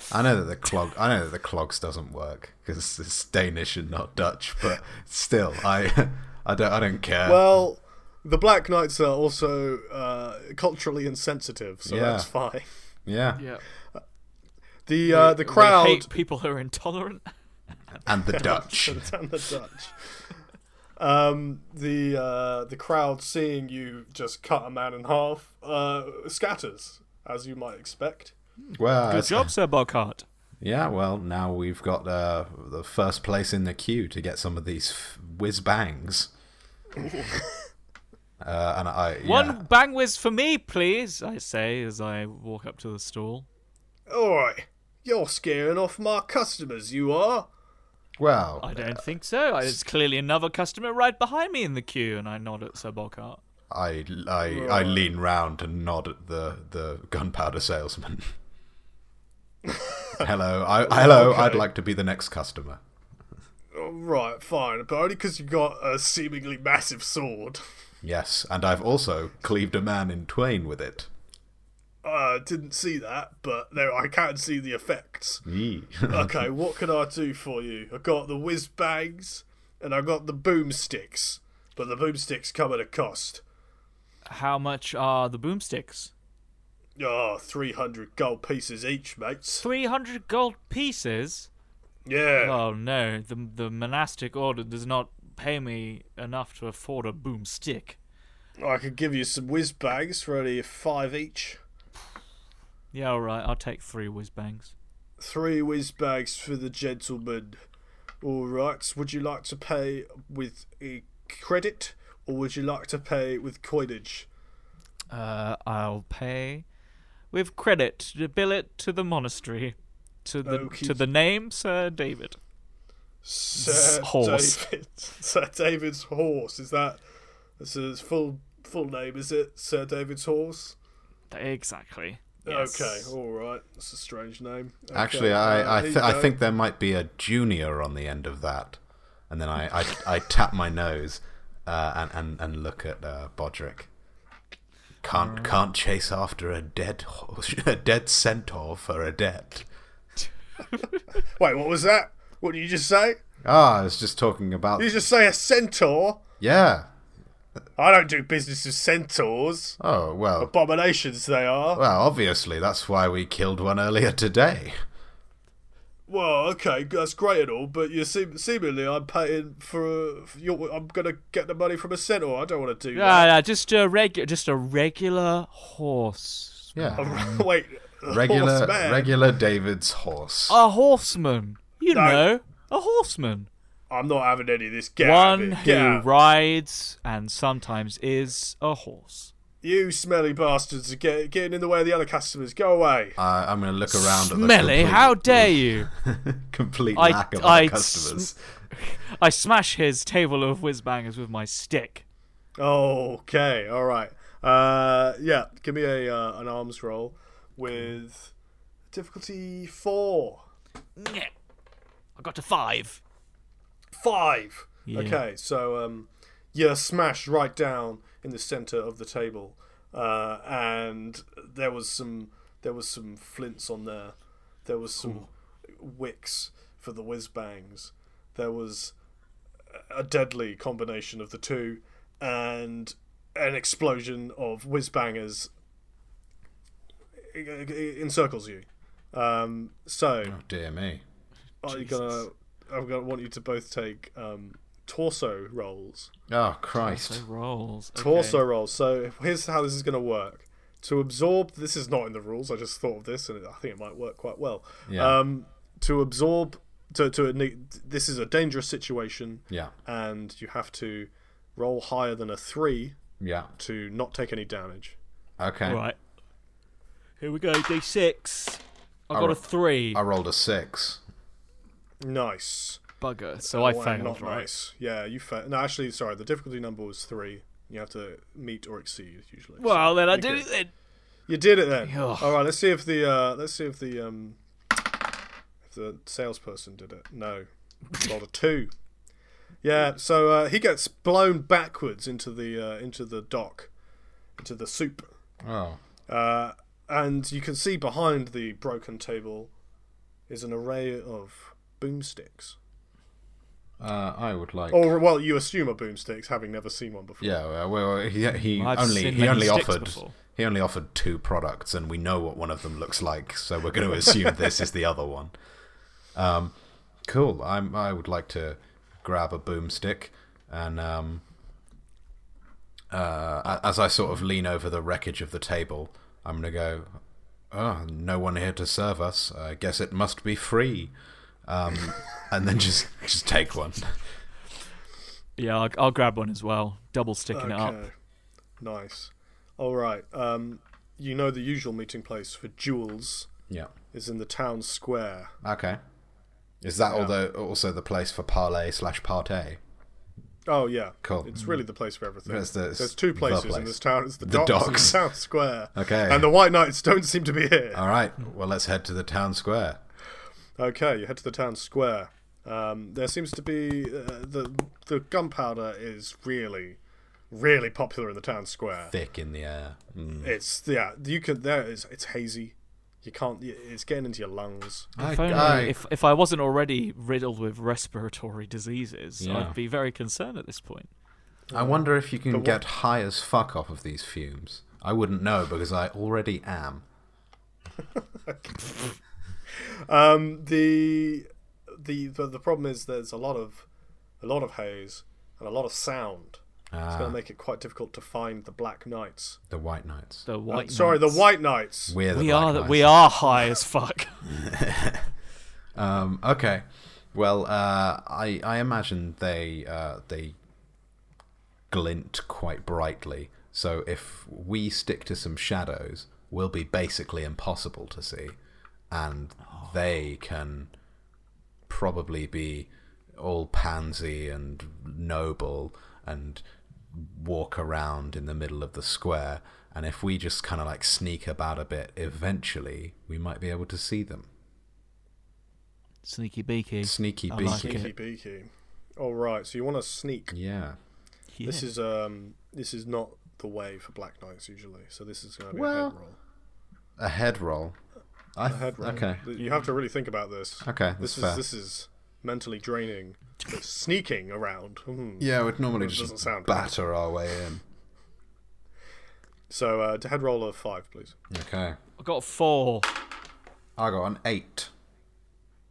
I know that the clog. I know that the clogs doesn't work because it's Danish and not Dutch, but still, I, I don't, I don't care.
well, the Black Knights are also uh, culturally insensitive, so
Yeah.
that's fine.
yeah.
Yeah.
The uh, the crowd
They hate people who are intolerant.
and the Dutch.
and the Dutch. Um, the uh, the crowd seeing you just cut a man in half uh, scatters as you might expect.
Well,
Good
it's-
job, Sir Bogart.
yeah. Well, now we've got uh, the first place in the queue to get some of these f- whiz bangs. uh, and I yeah.
One bang whiz for me, please, I say as I walk up to the stall.
Oi, you're scaring off my customers, you are.
Well,
I don't think so. I- There's clearly another customer right behind me in the queue, and I nod at Sir Bogart.
I I, I lean round and nod at the the gunpowder salesman. hello, I, hello. I'd like to be the next customer.
All right, fine, but only because you got a seemingly massive sword.
Yes, and I've also cleaved a man in twain with it.
I didn't see that, but there I can see the effects.
Yee.
Okay, what can I do for you? I got the whiz bangs and I got the boomsticks, but the boomsticks come at a cost.
How much are the boomsticks?
Oh, 300 gold pieces each, mates.
300 gold pieces?
Yeah.
Oh no, the, the monastic order does not pay me enough to afford a boomstick.
I could give you some whiz bags for only five each.
Yeah, alright, I'll take three whiz bangs.
Three whiz bags for the gentleman. Alright, would you like to pay with a credit or would you like to pay with coinage?
Uh, I'll pay with credit. Bill it to the monastery, to the
Okey-
to the name Sir David.
Sir
horse.
David. Sir David's horse. Is that that's his full full name, is it? Sir David's horse?
Exactly.
Okay,
Yes.
alright. That's a strange name. Okay,
Actually,
uh,
I I,
here you
th- I
go.
think there might be a junior on the end of that, and then I I, I tap my nose uh, and and and look at uh, Bodrick. Can't can't chase after a dead ho- a dead centaur for a debt.
Wait, what was that? What did you just say?
Ah, I was just talking about.
You just say a centaur?
Yeah.
I don't do business with centaurs.
Oh, well.
Abominations they are.
Well, obviously, that's why we killed one earlier today.
Well, okay, that's great and all, but you seem, seemingly I'm paying for. A, for your, I'm gonna get the money from a centaur. I don't want to do
No, no, just a regular, just a regular horse.
Yeah.
that. Wait, a
regular,
horseman?
regular David's horse.
A horseman. You
No.
know, a horseman.
I'm not having any of this. Get out
One
of here.
who
Get out.
rides and sometimes is a horse.
You smelly bastards are get, getting in the way of the other customers. Go away.
Uh, I'm going to look around at the
Smelly,
complete,
how dare you!
complete
I-
lack of
I
our
sm-
customers.
I smash his table of whiz bangers with my stick.
Okay, all right. Uh, yeah, give me a uh, an arms roll with difficulty four,
Nyeh. I got to five.
five.
Yeah.
Okay, so um, you're smashed right down in the center of the table, uh, and there was some there was some flints on there. There was some wicks for the whiz bangs. There was a deadly combination of the two, and an explosion of whiz bangers encircles you. Um, so
Oh, dear me.
I'm gonna I'm gonna want you to both take um, torso rolls.
Oh, Christ.
So rolls. Okay.
Torso rolls. So here's how this is gonna work. To absorb this is not in the rules. I just thought of this and I think it might work quite well.
Yeah.
Um, to absorb to to this is a dangerous situation
Yeah.
and you have to roll higher than a three
Yeah.
to not take any damage.
Okay.
Right. Here we go. D six. I got
ro-
a three.
I rolled a six.
Nice.
Bugger. So I
Wow,
failed.
Not
Right.
nice. Yeah, you failed. No, actually, sorry. The difficulty number was three. You have to meet or exceed usually.
Well, then I
You
did
good.
it. Then.
You did it then.
Ugh.
All right, let's see if the uh, let's see if the um, if the salesperson did it. No, rolled a two. Yeah, so uh, he gets blown backwards into the uh, into the dock, into the soup,
Oh.
uh, and you can see behind the broken table is an array of boomsticks.
Uh, I would like.
Oh,
Or well, you assume are boomsticks, having never seen one before.
Yeah, well, well he, he
I've
only
seen
he
many
only
sticks
offered
before.
he only offered two products, and we know what one of them looks like, so we're going to assume this is the other one. Um, cool. I'm I would like to grab a boomstick, and um, uh, a- as I sort of lean over the wreckage of the table, I'm going to go. Oh, no one here to serve us. I guess it must be free. Um, and then just just take one.
Yeah, I'll, I'll grab one as well. Double sticking it up.
Okay. Nice. All right. Um, you know the usual meeting place for duels
Yeah.
is in the town square.
Okay. Is that although also the place for parlay slash partay?
Oh yeah.
Cool.
It's really the place for everything.
It's the- it's
There's two
the
places in
place.
this town. It's the,
The
docks, and
docks.
the town square.
Okay. Uh.
And the White Knights don't seem to be here.
All right. Well, let's head to the town square.
Okay, you head to the town square. Um, there seems to be uh, the the gunpowder is really, really popular in the town square.
Thick in the air. Mm.
It's yeah, you can there is it's hazy. You can't. It's getting into your lungs.
If, only, if if I wasn't already riddled with respiratory diseases,
Yeah.
I'd be very concerned at this point.
I wonder if you can get high as fuck off of these fumes. I wouldn't know because I already am.
Um, the, the the the problem is there's a lot of a lot of haze and a lot of sound. It's going to make it quite difficult to find the Black Knights. Uh,
The White Knights.
The white.
Sorry, the
knights.
White Knights.
We're the
We
Black
are that.
Knights.
We are high as fuck.
Um, okay. Well, uh, I I imagine they uh, they glint quite brightly. So if we stick to some shadows, we'll be basically impossible to see, and they can probably be all pansy and noble and walk around in the middle of the square. And if we just kind of like sneak about a bit, eventually we might be able to see them.
Sneaky beaky.
Sneaky
I
beaky.
like it.
Sneaky beaky. All right, so you want to sneak.
Yeah.
Yeah.
This is um this is not the way for Black Knights usually. So this is going to be a
Well-
head roll.
A head roll. I,
A head roll.
Okay.
You have to really think about this.
Okay,
This
that's
is
fair.
this is mentally draining, but sneaking around. Hmm.
Yeah, we'd normally
doesn't
just
sound good.
batter our way in.
So uh, to head roll of five, please.
Okay.
I got four.
I got an eight.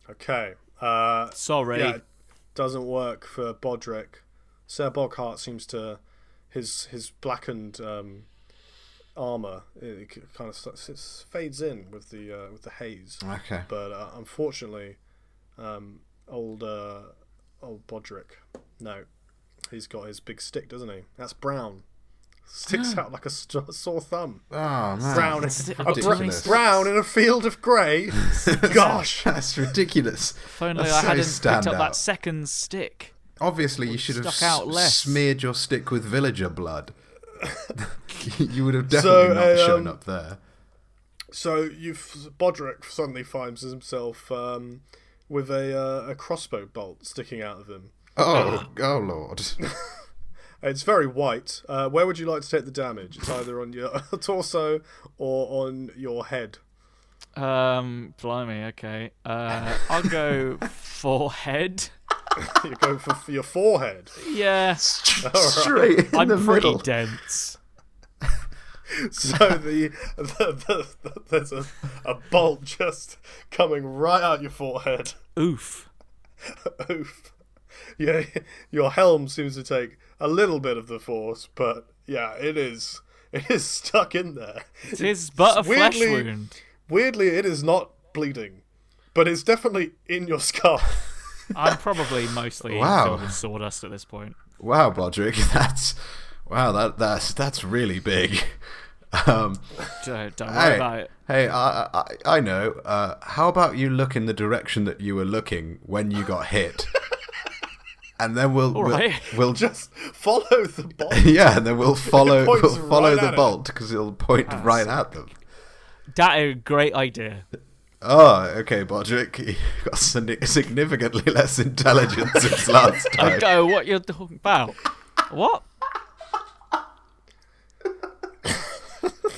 Okay. Uh,
Sorry.
yeah, it doesn't work for Bodrick. Sir Boghart seems to his his blackened um, armor it k- kind of s- s- fades in with the uh, with the haze.
Okay.
But uh, unfortunately, um, old uh, old Bodrick, no, he's got his big stick, doesn't he? That's brown. Sticks out like a st- sore thumb.
Oh man.
Brown, in,
That's
a
ridiculous.
br- brown in a field of grey. Gosh.
That's ridiculous.
If only
That's
I
so
hadn't picked up
standout.
that second stick.
Obviously, you should have
stuck out
s-
less.
smeared your stick with villager blood. you would have definitely not
uh,
shown
um,
up there.
So you've Bodrick suddenly finds himself um, with a uh, a crossbow bolt sticking out of him.
Oh, oh lord.
It's very white. Uh, where would you like to take the damage? It's either on your torso or on your head.
Um, blimey. Okay. Uh, I'll go forehead.
You're going for, for your forehead.
Yeah.
Straight in
I'm
the
pretty
middle.
dense.
So the, the, the, the- there's a, a bolt just coming right out your forehead.
Oof.
Oof. Yeah, your helm seems to take a little bit of the force, but yeah, it is it is stuck in there.
It is but a flesh
weirdly-
wound.
Weirdly, it is not bleeding, but it's definitely in your skull.
I'm probably mostly
Wow.
filled with sawdust at this point.
Wow, Broderick, that's wow. That that's that's really big. Um,
Don't, don't worry
hey,
about it.
hey, I, I I know. Uh, how about you look in the direction that you were looking when you got hit, and then we'll we'll,
right.
we'll
Just follow the bolt.
yeah, and then we'll follow
points
we'll
right
follow
at
the
it. Ah,
bolt because it'll point right at them.
That is a great idea.
Oh, okay, Broderick, you got sin- significantly less intelligence since last
I
time.
don't know what you're talking about. What?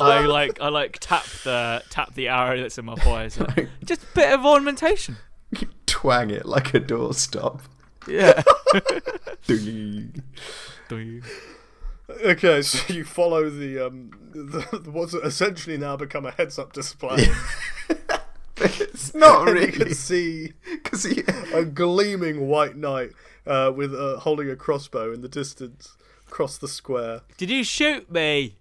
I like I like tap the tap the arrow that's in my forehead. so- Just a bit of ornamentation.
You twang it like a doorstop.
Yeah. Do you?
Okay, so you follow the um, the, what's essentially now become a heads-up display.
it's not
you can
really
see
because he.
a gleaming white knight uh, with uh, holding a crossbow in the distance across the square.
Did you shoot me?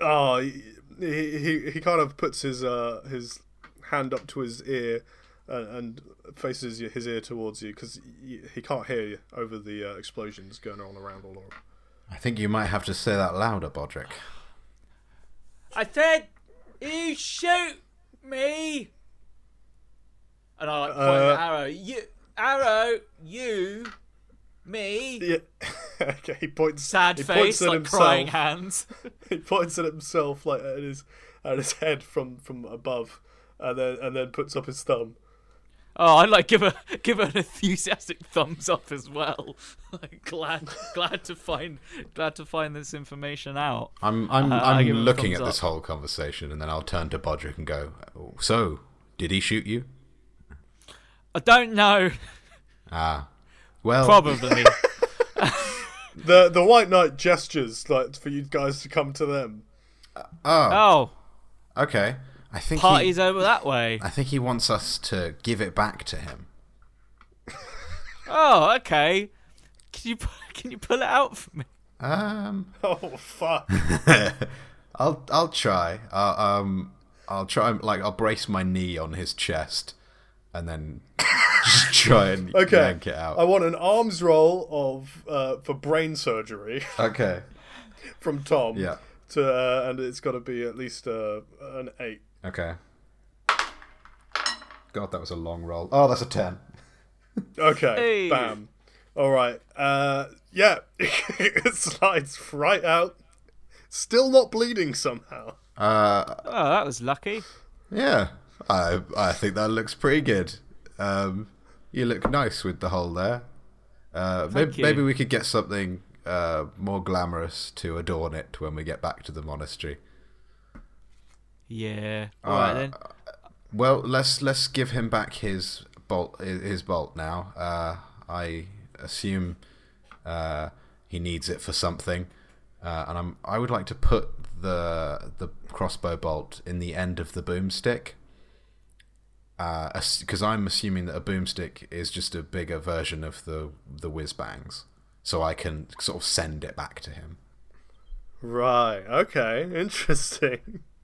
Oh, he he, he- he kind of puts his uh his hand up to his ear and, and faces y- his ear towards you because he can't hear you over the uh, explosions going on around all around.
I think you might have to say that louder, Broderick.
I said you shoot me. And I like point
Uh,
the arrow. You arrow you me.
Yeah. okay. He points.
Sad
he
face,
points at
like
himself.
crying hands.
He points at himself like at his at his head from from above, and then and then puts up his thumb.
Oh, I'd like give a give an enthusiastic thumbs up as well. Like, glad glad to find glad to find this information out.
I'm I'm,
Uh, I
I'm
give him a
looking at
thumbs
this
up.
whole conversation, and then I'll turn to Bodrick and go. So, did he shoot you?
I don't know.
Ah, well,
Probably.
The the white knight gestures like for you guys to come to them.
Oh,
oh,
okay. I think he,
party's over that way.
I think he wants us to give it back to him.
Oh, okay. Can you pu- can you pull it out for me?
Um,
Oh fuck!
I'll I'll try. Uh, um, I'll try. and, Like I'll brace my knee on his chest, and then just try and
Okay.
yank it out.
I want an arms roll of uh, for brain surgery
Okay.
from Tom.
Yeah.
To uh, and it's got to be at least uh, an eight.
Okay. God, that was a long roll. Oh, that's a ten.
Okay.
Hey.
Bam. All right. Uh, yeah. it slides right out. Still not bleeding somehow.
Uh,
Oh, that was lucky.
yeah. I I think that looks pretty good. Um, you look nice with the hole there. Uh, maybe,
you.
maybe we could get something uh more glamorous to adorn it when we get back to the monastery.
Yeah. All right
Uh,
then.
Well, let's let's give him back his bolt his bolt now. Uh, I assume uh, he needs it for something, uh, and I'm I would like to put the the crossbow bolt in the end of the boomstick. Because I'm assuming that a boomstick is just a bigger version of the the whiz bangs, so I can sort of send it back to him.
Right. Okay. Interesting.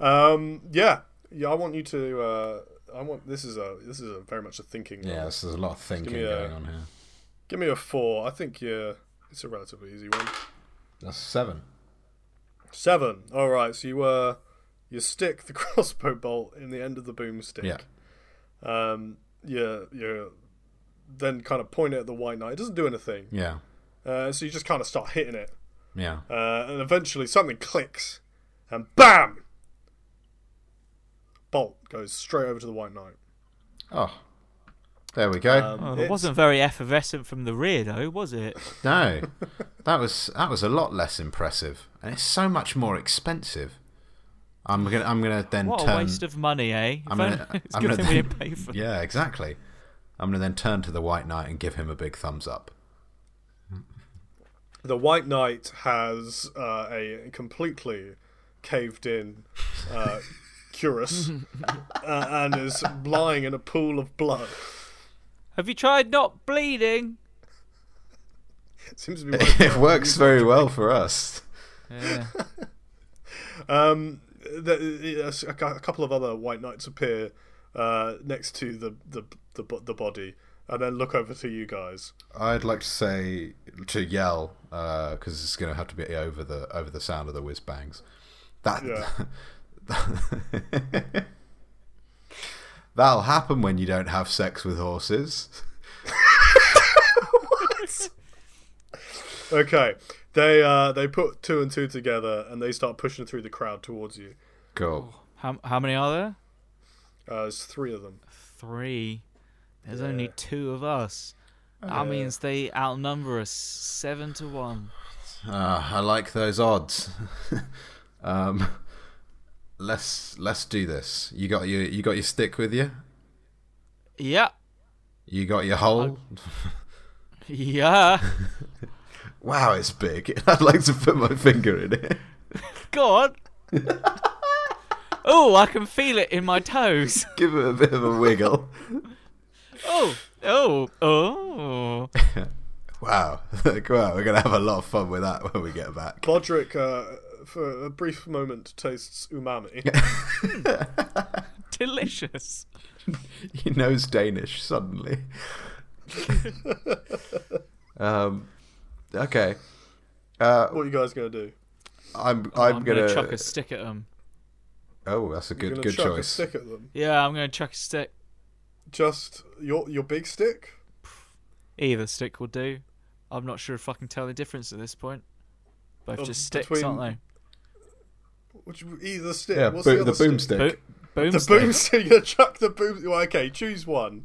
Um. Yeah. Yeah. I want you to. Uh, I want. This is a. This is a very much a thinking.
Yeah,
roll.
this is a lot of thinking
me a-
going on here.
Give me a four. I think yeah, it's a relatively easy one.
That's seven.
Seven. All right. So you uh, you stick the crossbow bolt in the end of the boomstick.
Yeah.
Um. Yeah. Yeah. Then kind of point it at the white knight. It doesn't do anything.
Yeah.
Uh, so you just kind of start hitting it,
Yeah.
uh, and eventually something clicks, and bam! Bolt goes straight over to the white knight. Um,
Oh. There we go.
Oh,
It's-
it wasn't very effervescent from the rear, though, was it?
No, that was that was a lot less impressive, and it's so much more expensive. I'm gonna I'm gonna then
What a
turn.
waste of money, eh? If
I'm
only-
gonna-
it's a
I'm
good
gonna
thing we
think-
didn't pay for.
yeah, exactly. I'm gonna then turn to the White Knight and give him a big thumbs up.
The White Knight has uh, a completely caved in uh, cuirass uh, and is lying in a pool of blood.
Have you tried not bleeding?
It seems to be. working.
it works very well for us.
Yeah.
Um, the, uh, a, a couple of other White Knights appear uh, next to the, the, the, bo- the body and then look over to you guys.
I'd like to say to yell because it's gonna have to be over the over the sound of the whiz bangs. That.
Yeah.
That'll happen when you don't have sex with horses.
Okay, they uh, they put two and two together and they start pushing through the crowd towards you.
Cool.
How how many are there?
Uh, there's three of them.
Three. There's only two of us. That means they outnumber us seven to one.
Ah, I like those odds. um, let's let's do this. You got your you got your stick with you.
Yeah.
You got your hole.
Yeah.
Wow, it's big. I'd like to put my finger in it.
God. oh, I can feel it in my toes.
Give it a bit of a wiggle.
Oh, oh, oh.
Wow, wow, we're gonna have a lot of fun with that when we get back.
Bodrick, uh, for a brief moment, tastes umami.
Delicious.
He knows Danish suddenly. um, okay. Uh,
what are you guys going to do?
I'm I'm,
I'm
gonna.
gonna, chuck a stick at them.
oh, that's a
You're
good
gonna
good
chuck a
choice.
stick at them.
Yeah, I'm gonna chuck a stick.
Just your your big stick.
Either stick will do. I'm not sure if I can tell the difference at this point. Both
Um,
just sticks,
between-
aren't they?
Which either stick.
Yeah,
What's
bo-
the, other
the boomstick.
stick?
Bo- boom
The
stick.
boom stick. You're gonna chuck the boom. Well, okay, choose one,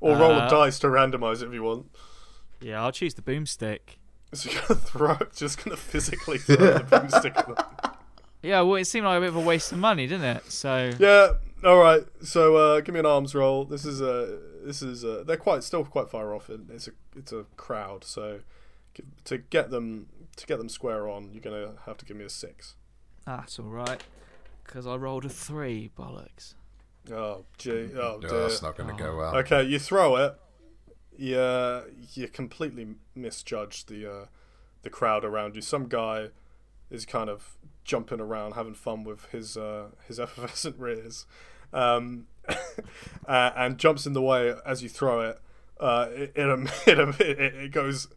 or roll a
Uh,
dice to randomize it if you want.
Yeah, I'll choose the boomstick.
So you're gonna throw, just gonna physically throw the boom stick at them.
Yeah, well, it seemed like a bit of a waste of money, didn't it? So
Yeah. All right. So uh, give me an arms roll. This is a. This is a. They're quite still quite far off, and it's a. It's a crowd. So g- to get them to get them square on, you're gonna have to give me a six.
that's all right, because I rolled a three. Bollocks.
Oh gee. Oh
No,
dear.
that's not gonna go well.
Okay. You throw it. Yeah. You completely misjudge the uh, the crowd around you. Some guy is kind of jumping around, having fun with his uh, his effervescent rears, um, uh, and jumps in the way as you throw it. Uh, it, it, it, um, it, it goes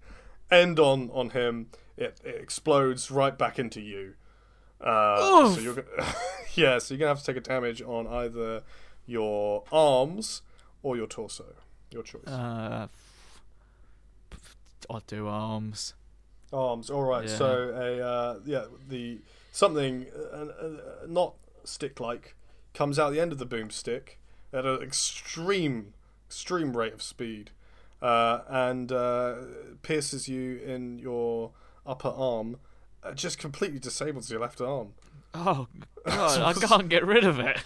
end on on him. It, it explodes right back into you. Uh, so
Oof.
you're go- yeah, so you're gonna have to take a damage on either your arms or your torso, your choice.
Uh, I'll do arms.
Arms. All right.
Yeah.
So a uh, yeah, the something uh, uh, not stick-like comes out the end of the boomstick at an extreme, extreme rate of speed, uh, and uh, pierces you in your upper arm. Uh, just completely disables your left arm.
Oh God, I can't get rid of it.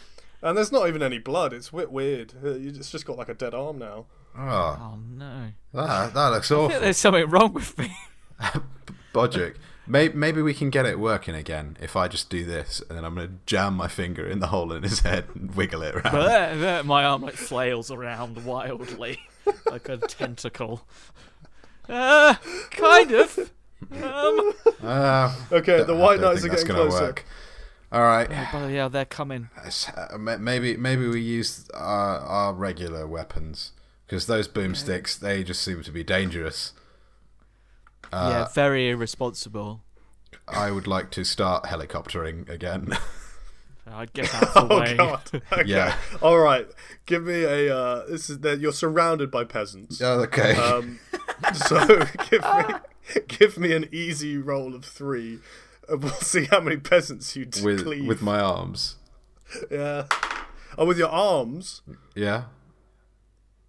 And there's not even any blood. It's a bit weird. Uh, you- It's just got like a dead arm now.
Oh,
Oh no.
that, that looks
I
Oh.
think
awful.
there's something wrong with me.
Bodgic. Maybe, maybe we can get it working again if I just do this and then I'm going to jam my finger in the hole in his head and wiggle it around.
my arm like flails around wildly, like a tentacle. Uh, kind of. Um,
Uh,
Okay, the White
don't
Knights are
think that's
getting
gonna
closer.
work. All right,
oh, bloody hell, they're coming.
S- uh, ma- maybe maybe we use our, our regular weapons because those boomsticks they just seem to be dangerous.
Uh,
yeah, very irresponsible.
I would like to start helicoptering again.
I'd get out of the
Oh
way.
god. Okay.
Yeah.
All right. Give me a. Uh, this is that you're surrounded by peasants.
Oh, okay.
Um, so give me give me an easy roll of three. and We'll see how many peasants you d-
with
cleave.
with my arms.
yeah. Oh, with your arms.
Yeah.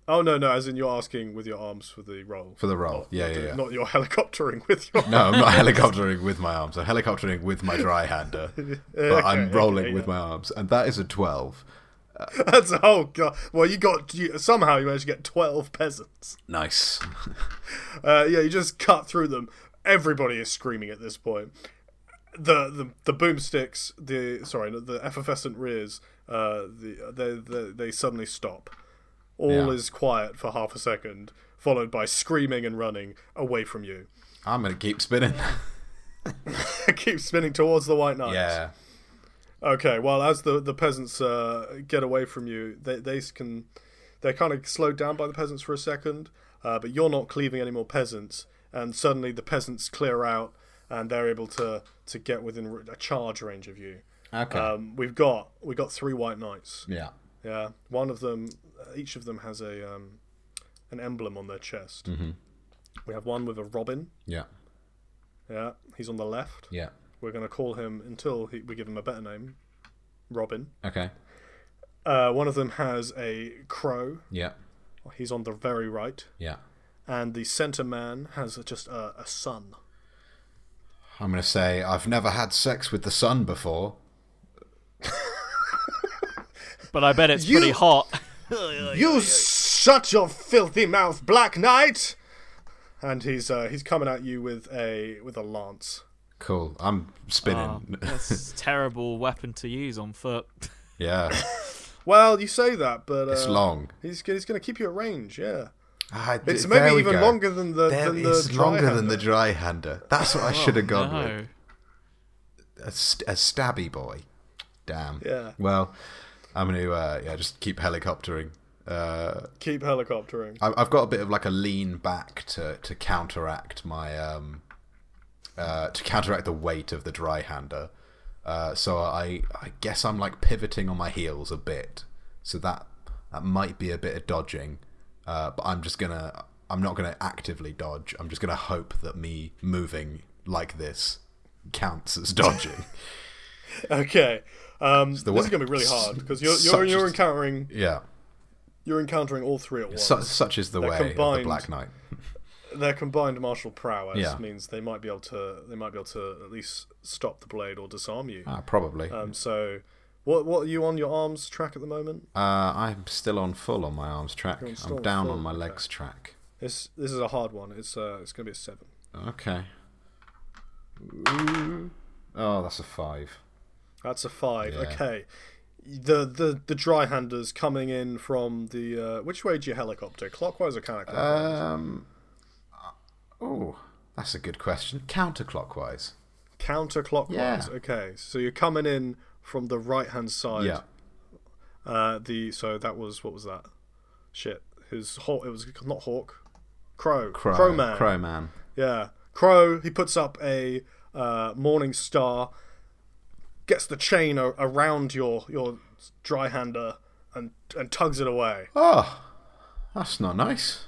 Oh no, no. As in, you're asking with your arms for the roll.
For the roll. yeah, yeah, yeah.
Not your helicoptering with your.
No, I'm not helicoptering with my arms. I'm helicoptering with my dry hander. But I'm
okay,
rolling with
yeah.
my arms. And that is a 12.
That's oh god. Well, you got you, somehow you managed to get twelve peasants.
Nice.
Uh, yeah, you just cut through them. Everybody is screaming at this point. The the, the boomsticks, the sorry, the effervescent rears, uh, the, they, they they suddenly stop. All
Yeah.
is quiet for half a second, followed by screaming and running away from you.
I'm going to keep spinning.
Keep spinning towards the white knights.
yeah.
Okay. Well, as the the peasants uh, get away from you, they they s- can they're kind of slowed down by the peasants for a second, uh, but you're not cleaving any more peasants, and suddenly the peasants clear out, and they're able to to get within r- a charge range of you.
Okay.
Um, we've got we got three white knights.
yeah.
Yeah, one of them, uh, each of them has a um, an emblem on their chest. We have one with a robin.
Yeah.
Yeah, he's on the left.
Yeah.
We're going to call him until he, we give him a better name, Robin.
Okay.
Uh, one of them has a crow.
Yeah.
He's on the very right,
Yeah.
and the centre man has just a, a sun.
I'm going to say, I've never had sex with the sun before.
But I bet it's
You-
pretty hot.
You shut your filthy mouth, Black Knight! And he's uh, he's coming at you with a with a lance.
Cool. I'm
Oh,
spinning.
that's a terrible weapon to use on foot.
yeah.
Well, you say that, but uh,
It's long.
He's he's going to keep you at range. Yeah,
Ah, d-
it's
there
maybe
we
even
go.
longer than the
There-
than the
it's longer
dry
than the
hand.
dry hander. Oh, That's what I should have gone with.
no.
a, st- a stabby boy. Damn.
Yeah.
Well, I'm going to uh, yeah just keep helicoptering. Uh,
keep helicoptering.
I, I've got a bit of like a lean back to to counteract my um uh to counteract the weight of the dry hander. Uh, so I I guess I'm like pivoting on my heels a bit. So that that might be a bit of dodging. Uh, but I'm just gonna I'm not gonna actively dodge. I'm just gonna hope that me moving like this counts as dodging.
Okay, um,
the
this is
way-
going to be really hard because you're
Such
you're, you're
is-
encountering
yeah.
you're encountering all three at once.
Such, such is the way of the
combined.
Black Knight.
their combined martial prowess
Yeah.
means they might be able to they might be able to at least stop the blade or disarm you.
Ah, probably.
Um, so, what what are you on your arms track at the moment?
uh, I'm still on full on my arms track.
on still
I'm
on
down
full,
on my
okay.
legs track.
This this is a hard one. It's uh it's gonna be a seven.
Okay.
Mm.
Ooh. Oh, that's a five.
That's a five.
Yeah.
Okay. The the the dry handers coming in from the uh, which way do you helicopter? Clockwise or counterclockwise?
Um. Oh, that's a good question. Counterclockwise.
counterclockwise.
yeah.
Okay. So you're coming in from the right hand side.
Yeah.
Uh, the so that was what was that? Shit. His hawk. It was not hawk. Crow.
Crow,
Crow man.
Crowman.
Yeah. Crow. He puts up a uh, morning star. Gets the chain a- around your your dry hander and and tugs it away.
Oh, that's not nice.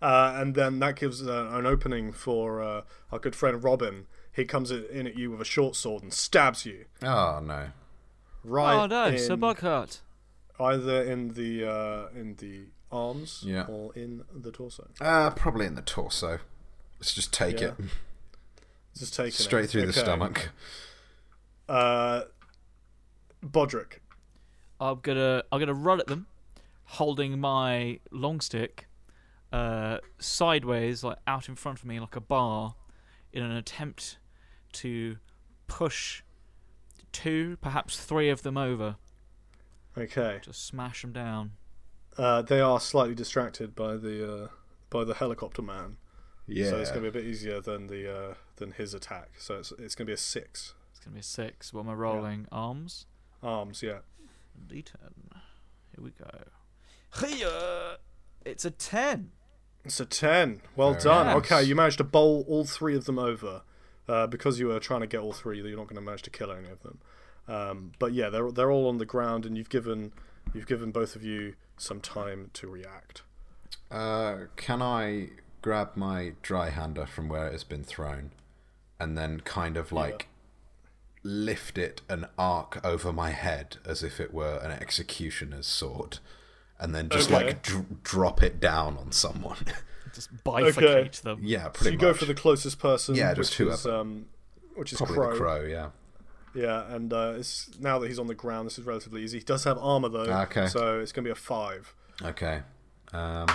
Uh, and then that gives uh, an opening for uh, our good friend Robin. He comes in at you with a short sword and stabs you
Oh no.
right
Oh no,
in
Sir Buckhart.
either in the uh, in the arms
Yeah.
or in the torso.
Uh, probably in the torso. Let's just take
Yeah.
it
Just taking it.
straight through the
Okay.
stomach.
Uh, Bodrick.
I'm gonna I'm gonna run at them, holding my long stick uh, sideways, like out in front of me, like a bar, in an attempt to push two, perhaps three of them over,
Okay.
just smash them down.
Uh, they are slightly distracted by the uh, by the helicopter man,
Yeah.
so it's going to be a bit easier than the uh, than his attack. So it's it's going to be a six
It's gonna be a six. What am I rolling? Arms.
arms. Yeah.
D10. Here we go. Hiya! It's a ten.
It's a 10. Well
Very
done.
nice.
Okay, you managed to bowl all three of them over. Uh, because you were trying to get all three, you're not going to manage to kill any of them. Um, but yeah, they're they're all on the ground, and you've given you've given both of you some time to react.
Uh, can I grab my dry hander from where it has been thrown and then kind of like lift it an arc over my head as if it were an executioner's sword and then just
Okay.
like dr- drop it down on someone?
Just bifurcate them.
yeah, pretty
So you
much.
go for the closest person.
Yeah, just
which is,
whoever.
um, which is
Probably
crow.
the crow, yeah.
Yeah, and uh, it's now that he's on the ground, this is relatively easy. He does have armor though,
Ah, Okay.
so it's going to be a five.
Okay. Um,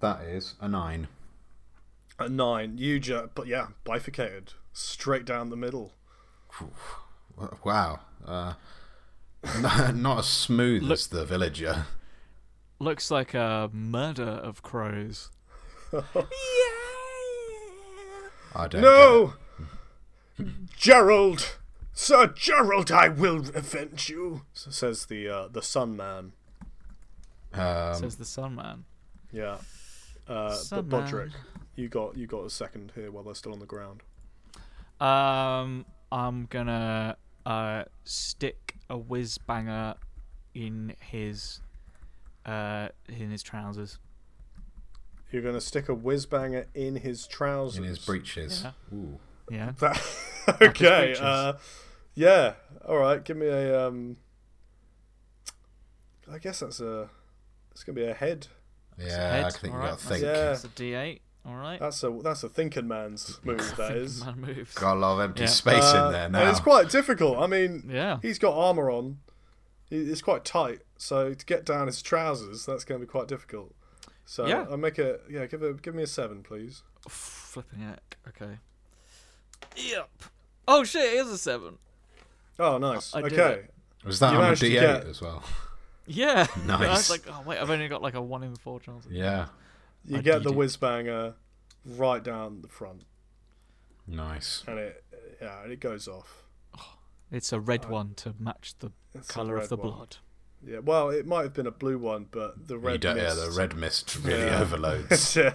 that is a nine.
A nine, you ju- but yeah, bifurcated straight down the middle.
W- Wow. Uh, n- not as smooth as the villager.
Looks like a murder of crows.
I don't get it.
No! Gerald! Sir Gerald, I will revenge you! s- Says the uh, the Sun Man.
Um,
says the Sun Man.
Yeah. Uh,
Sun
but
Man.
Bodrick, you got you got a second here while they're still on the ground.
Um, I'm gonna uh, stick a whiz banger in his uh, in his trousers.
You're gonna stick a whiz banger in his trousers.
in his breeches.
Yeah.
Ooh.
Yeah.
That- okay.
breeches.
Uh, yeah. All right. Give me a. Um, I guess that's a. It's gonna be a head.
Yeah, I
Head,
think you
alright,
got to
that's-
think.
Yeah.
That's a D8. All right.
That's a that's a thinking man's move. That is.
Man moves.
Got a lot of empty
Yeah.
space
Uh,
in there
And
now.
it's quite difficult. I mean,
Yeah.
he's got armor on. He- It's quite tight, so to get down his trousers, that's going to be quite difficult. So
Yeah.
I'll make a yeah. Give a give me a seven, please.
Flipping heck. Okay. Yep. Oh shit! It is a seven.
Oh, nice.
I did
okay.
it.
Was that
You
on a
managed to
D8
get-
as well?
Yeah. I
Nice.
was like, oh wait, I've only got like a one in four chance.
Yeah.
You
I
get
did
the
it.
whiz banger right down the front,
Nice.
and it yeah, and it goes off.
It's a red one to match the
It's a
color of
red
the
one.
blood.
Yeah. Well, it might have been a blue one, but the
You
red.
don't, yeah,
mist,
the red mist really
Yeah.
overloads.
yeah.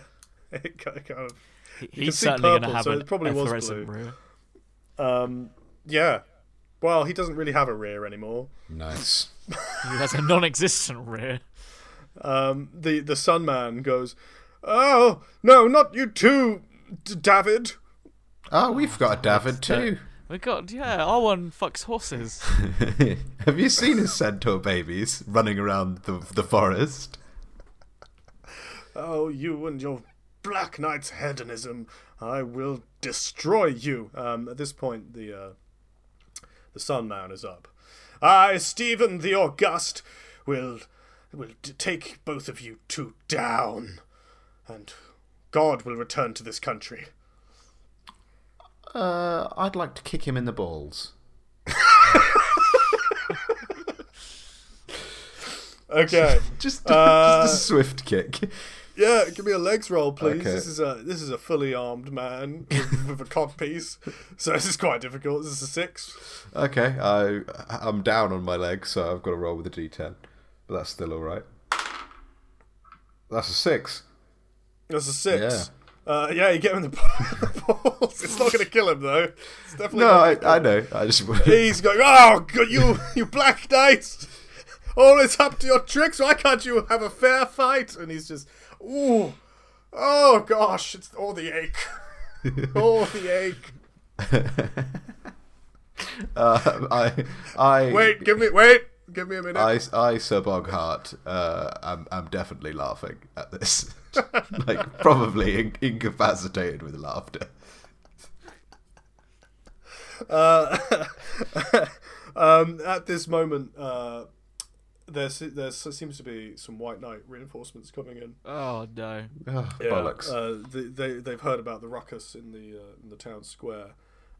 It kind of- kind of
He-
can
He's
see
certainly going to
purple,
have
so
an
it probably was
efflorescent
blue.
rear.
um yeah. Well, he doesn't really have a rear anymore.
nice.
He has a non-existent rear.
um, the the Sun Man goes, "Oh no, not you too, D- David."
Oh, we've got a David too.
We got Oh yeah. Our one fucks horses.
Have you seen his centaur babies running around the, the forest?
Oh, you and your Black Knight's hedonism! I will destroy you. Um, at this point, the uh, the Sun Man is up. I, Stephen the August, will will d- take both of you two down, and God will return to this country.
Uh, I'd like to kick him in the balls.
Okay.
Just,
Uh,
just a swift kick.
Yeah, give me a legs roll, please.
Okay.
This is a this is a fully armed man with, with a cod piece, so this is quite difficult. This is a six.
Okay, I, I'm down on my legs, so I've got to roll with a d10. But that's still alright. That's a six.
That's a six. Yeah, uh, yeah you get him in the, balls. It's not going to kill him though. It's definitely
No,
not
I,
gonna
I know. I just.
kill him. He's going. Oh, God, you you black knights! All is up to your tricks. Why can't you have a fair fight? And he's just, ooh, oh gosh, it's all the ache, all the ache.
Uh, I, I,
Wait, give me wait, give me a minute.
I, I, Sir Boghart, uh, I'm, I'm definitely laughing at this. like, probably in- incapacitated with laughter.
Uh, Um, at this moment, uh, there se- there se- seems to be some White Knight reinforcements coming in.
Oh no.
Ugh,
Yeah,
Bollocks.
Uh, they, they they've heard about the ruckus in the uh, in the town square,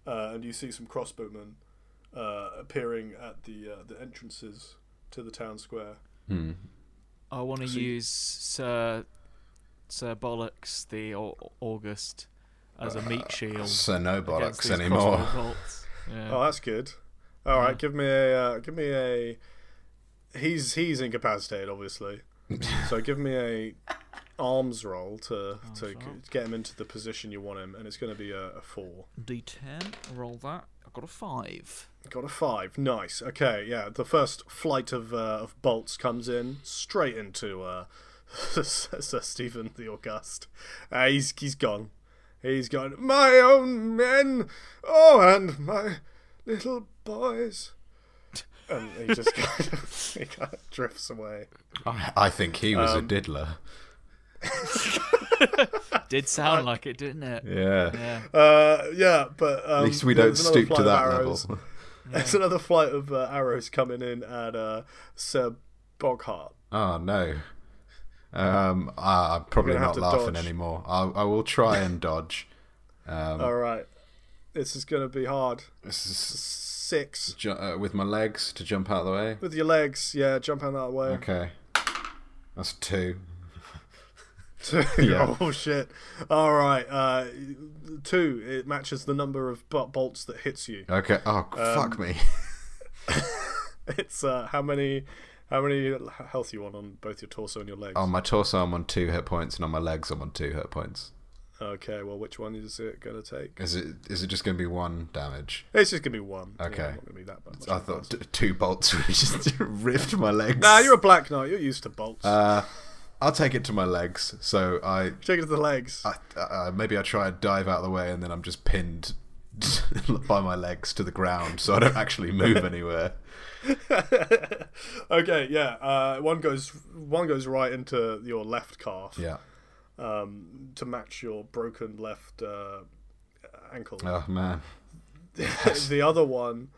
uh, and you see some crossbowmen uh, appearing at the uh, the entrances to the town square.
Hmm.
I want to
So you-
use Sir Sir Bollocks the Au- August as a meat shield.
So no
against
Uh, bollocks
these
anymore.
crossbow bolts. Yeah.
Oh, that's good. All right,
Yeah.
give me a uh, give me a. He's he's incapacitated, obviously. so give me a arms roll to
Arms
to
roll.
g- get him into the position you want him, and it's going to be a, a four.
D10, roll that. I got a five.
Got a five. Nice. Okay, yeah. The first flight of uh, of bolts comes in straight into uh, Sir Stephen the August. Uh, he's he's gone. He's gone. My own men. Oh, and my little boys. And he just kind of he kind of drifts away.
I, I think he was
Um,
a diddler.
Did sound like it, didn't it?
Yeah.
Yeah.
Uh, yeah, but um,
At least we don't
there's another
stoop to
flight of
that
arrows.
level.
There's another flight of uh, arrows coming in at uh, Sir Boghart.
Oh no. Um, I, I'm probably
gonna have
not
to
laughing
dodge.
anymore. I, I will try and dodge. Um,
All right, this is gonna be hard.
this is
six
ju- uh, with my legs to jump out of the way.
with your legs. Yeah, jump out that way.
Okay, that's two.
Two.
Yeah.
Oh shit! All right, uh, two. It matches the number of bu- bolts that hits you.
Okay.
Um,
Oh fuck me.
It's uh, how many, how many health you want on both your torso and your legs.
On Oh, my torso, I'm on two hit points, and on my legs, I'm on two hit points.
okay, well, which one is it gonna take?
Is it is it just going to be one damage?
It's just gonna be one. Yeah,
Okay.
not gonna be that much.
I thought t- two bolts would have just ripped my legs.
Nah, you're a black knight. You're used to bolts.
Uh, I'll take it to my legs. So I
Take it to the legs.
I, uh, maybe I try and dive out of the way, and then I'm just pinned by my legs to the ground, so I don't actually move anywhere.
okay, yeah. Uh, one goes, one goes right into your left calf.
Yeah.
um, to match your broken left uh, ankle.
Oh man.
the other one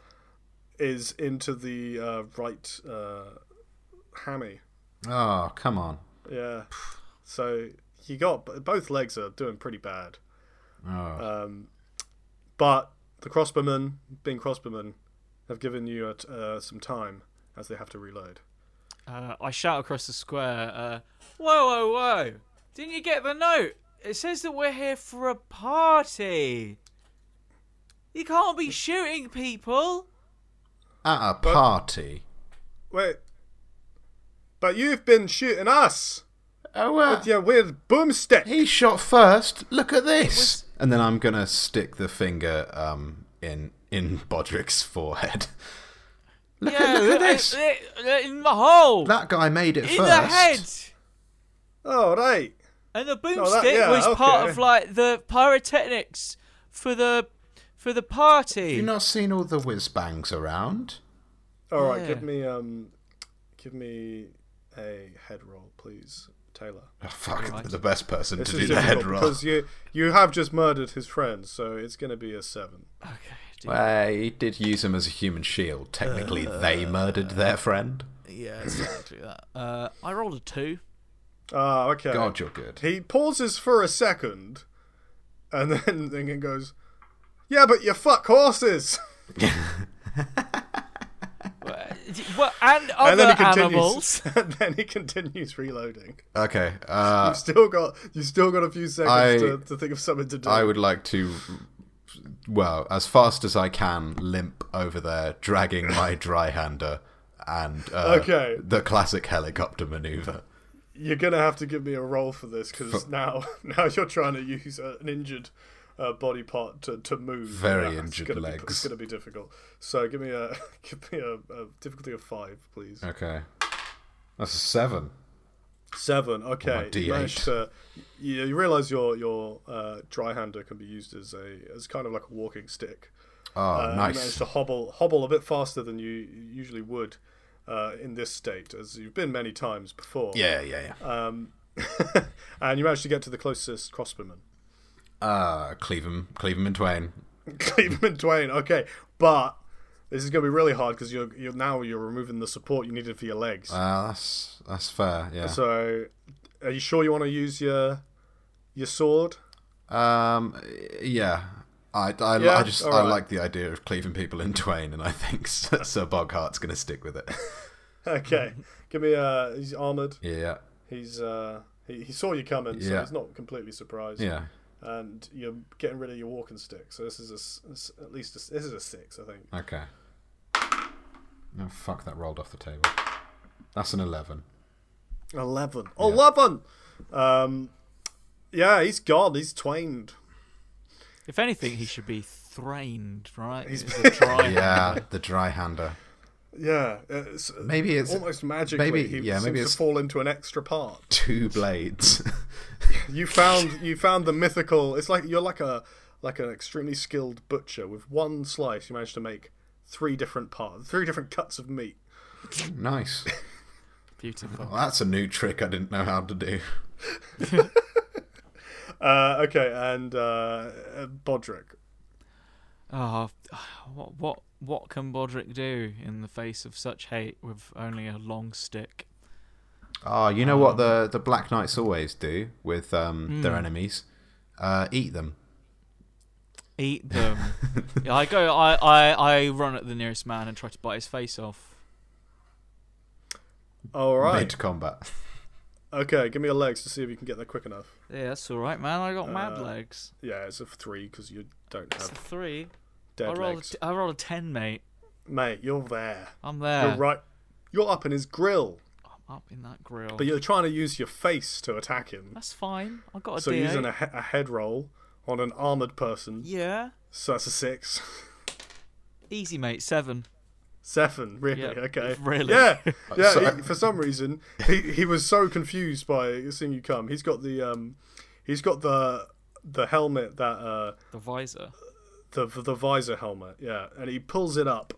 is into the uh, right uh, hammy.
Oh come on.
Yeah. So you got both legs are doing pretty bad.
Oh.
Uh,
Um, but the crossbowmen, being crossbowmen, have given you uh, some time as they have to reload.
Uh, I shout across the square, uh, Whoa, whoa, whoa! Didn't you get the note? It says that we're here for a party! You can't be shooting people!
At a party.
Wait. But you've been shooting us
Oh well.
with your weird boomstick.
He shot first. Look at this. And then I'm gonna stick the finger um in in Bodrick's forehead. Look at look at this.
In the hole!
that guy made it
in
first.
the head!
Oh, right.
And the boomstick
Oh, that- yeah,
was part
okay.
of like the pyrotechnics for the for the party.
You've not seen all the whiz bangs around.
All right,
Yeah.
give me um, give me a head roll, please, Taylor.
Oh, fuck, the best person to do the
difficult
head roll.
because you you have just murdered his friend, so it's going to be a seven.
okay, dude.
Well, he did use him as a human shield. Technically,
Uh.
they murdered their friend.
yeah, it's exactly that. Uh, I rolled a two.
Ah, okay.
God, you're good.
He pauses for a second, and then then he goes, "Yeah, but you fuck horses."
Well, and
And
other
then he continues.
animals.
And then he continues reloading.
Okay, uh,
You've still got you still got a few seconds
I-
to, to think of something to do.
I would like to, well, as fast as I can, limp over there, dragging my dry hander and uh,
Okay.
the classic helicopter maneuver.
You're gonna have to give me a roll for this because now now you're trying to use uh, an injured uh, body part to, to move.
Very
it's
injured
gonna be-
legs.
it's gonna be difficult. So give me a give me a, a difficulty of five, please.
Okay, that's a seven.
Seven. Okay.
D8.
you managed to- you, you realize your your uh, dry hander can be used as a as kind of like a walking stick.
Oh,
Uh, you managed
nice.
to hobble hobble a bit faster than you usually would uh, in this state, as you've been many times before.
Yeah, yeah,
Uh.
yeah.
And you managed to get to the closest crossbowman.
Uh, cleave him, cleave him in twain.
Cleveland Dwayne. Okay, but This is going to be really hard because you're you're now you're removing the support you needed for your legs.
Uh, that's that's fair. Yeah.
so, are you sure you want to use your your sword?
Um. Yeah. I, I,
Yeah,
I just
all
I
right.
like the idea of cleaving people in twain, and I think Sir Boghart's going to stick with it.
Okay,
Mm-hmm.
give me. Uh, he's armored.
Yeah.
He's uh, he, he saw you coming, so
Yeah.
he's not completely surprised.
Yeah.
And you're getting rid of your walking stick, so this is a s- s- at least a s this is a six, I think.
Okay. Oh fuck! That rolled off the table. That's an eleven.
11. 11! Um, yeah, he's gone. He's twained.
If anything, he should be thrained, right?
He's-
It's a try.
Yeah, the dry hander.
Yeah. uh, It's,
Maybe it's
almost magically,
maybe-
he
yeah,
seems
maybe
to
it's-
fall into an extra part.
two blades.
You found you found the mythical. It's like you're like a like an extremely skilled butcher with one slice. You managed to make three different parts, three different cuts of meat.
nice.
Beautiful.
Well, that's a new trick I didn't know how to do.
Uh, okay, and uh, uh, Bodrick.
Oh, what, what, what can Bodrick do in the face of such hate with only a long stick?
Oh, you know what the the Black Knights always do with um, their enemies? Uh, eat them.
Eat them. Yeah, I go. I, I, I run at the nearest man and try to bite his face off.
All right.
Mid combat.
Okay, give me your legs to see if you can get there quick enough.
Yeah, that's all right, man. I got mad
Uh,
legs.
Yeah, it's a three because you don't
It's a
have
three. I
dead
rolled. A
legs.
t- I rolled a ten, mate.
Mate, you're there.
I'm there.
You're right. You're up in his grill,
I'm up in that grill.
but you're trying to use your face to attack him.
That's fine. I got a
So
DA.
using a, he- a head roll on an armored person.
Yeah,
So that's a six.
easy, mate. Seven.
Seven, really?
Yeah,
okay.
really.
Yeah. Yeah.
So-
he- for some reason, he, he was so confused by seeing you come. He's got the um, he's got the the helmet that uh
The visor.
the the visor helmet, yeah, and he pulls it up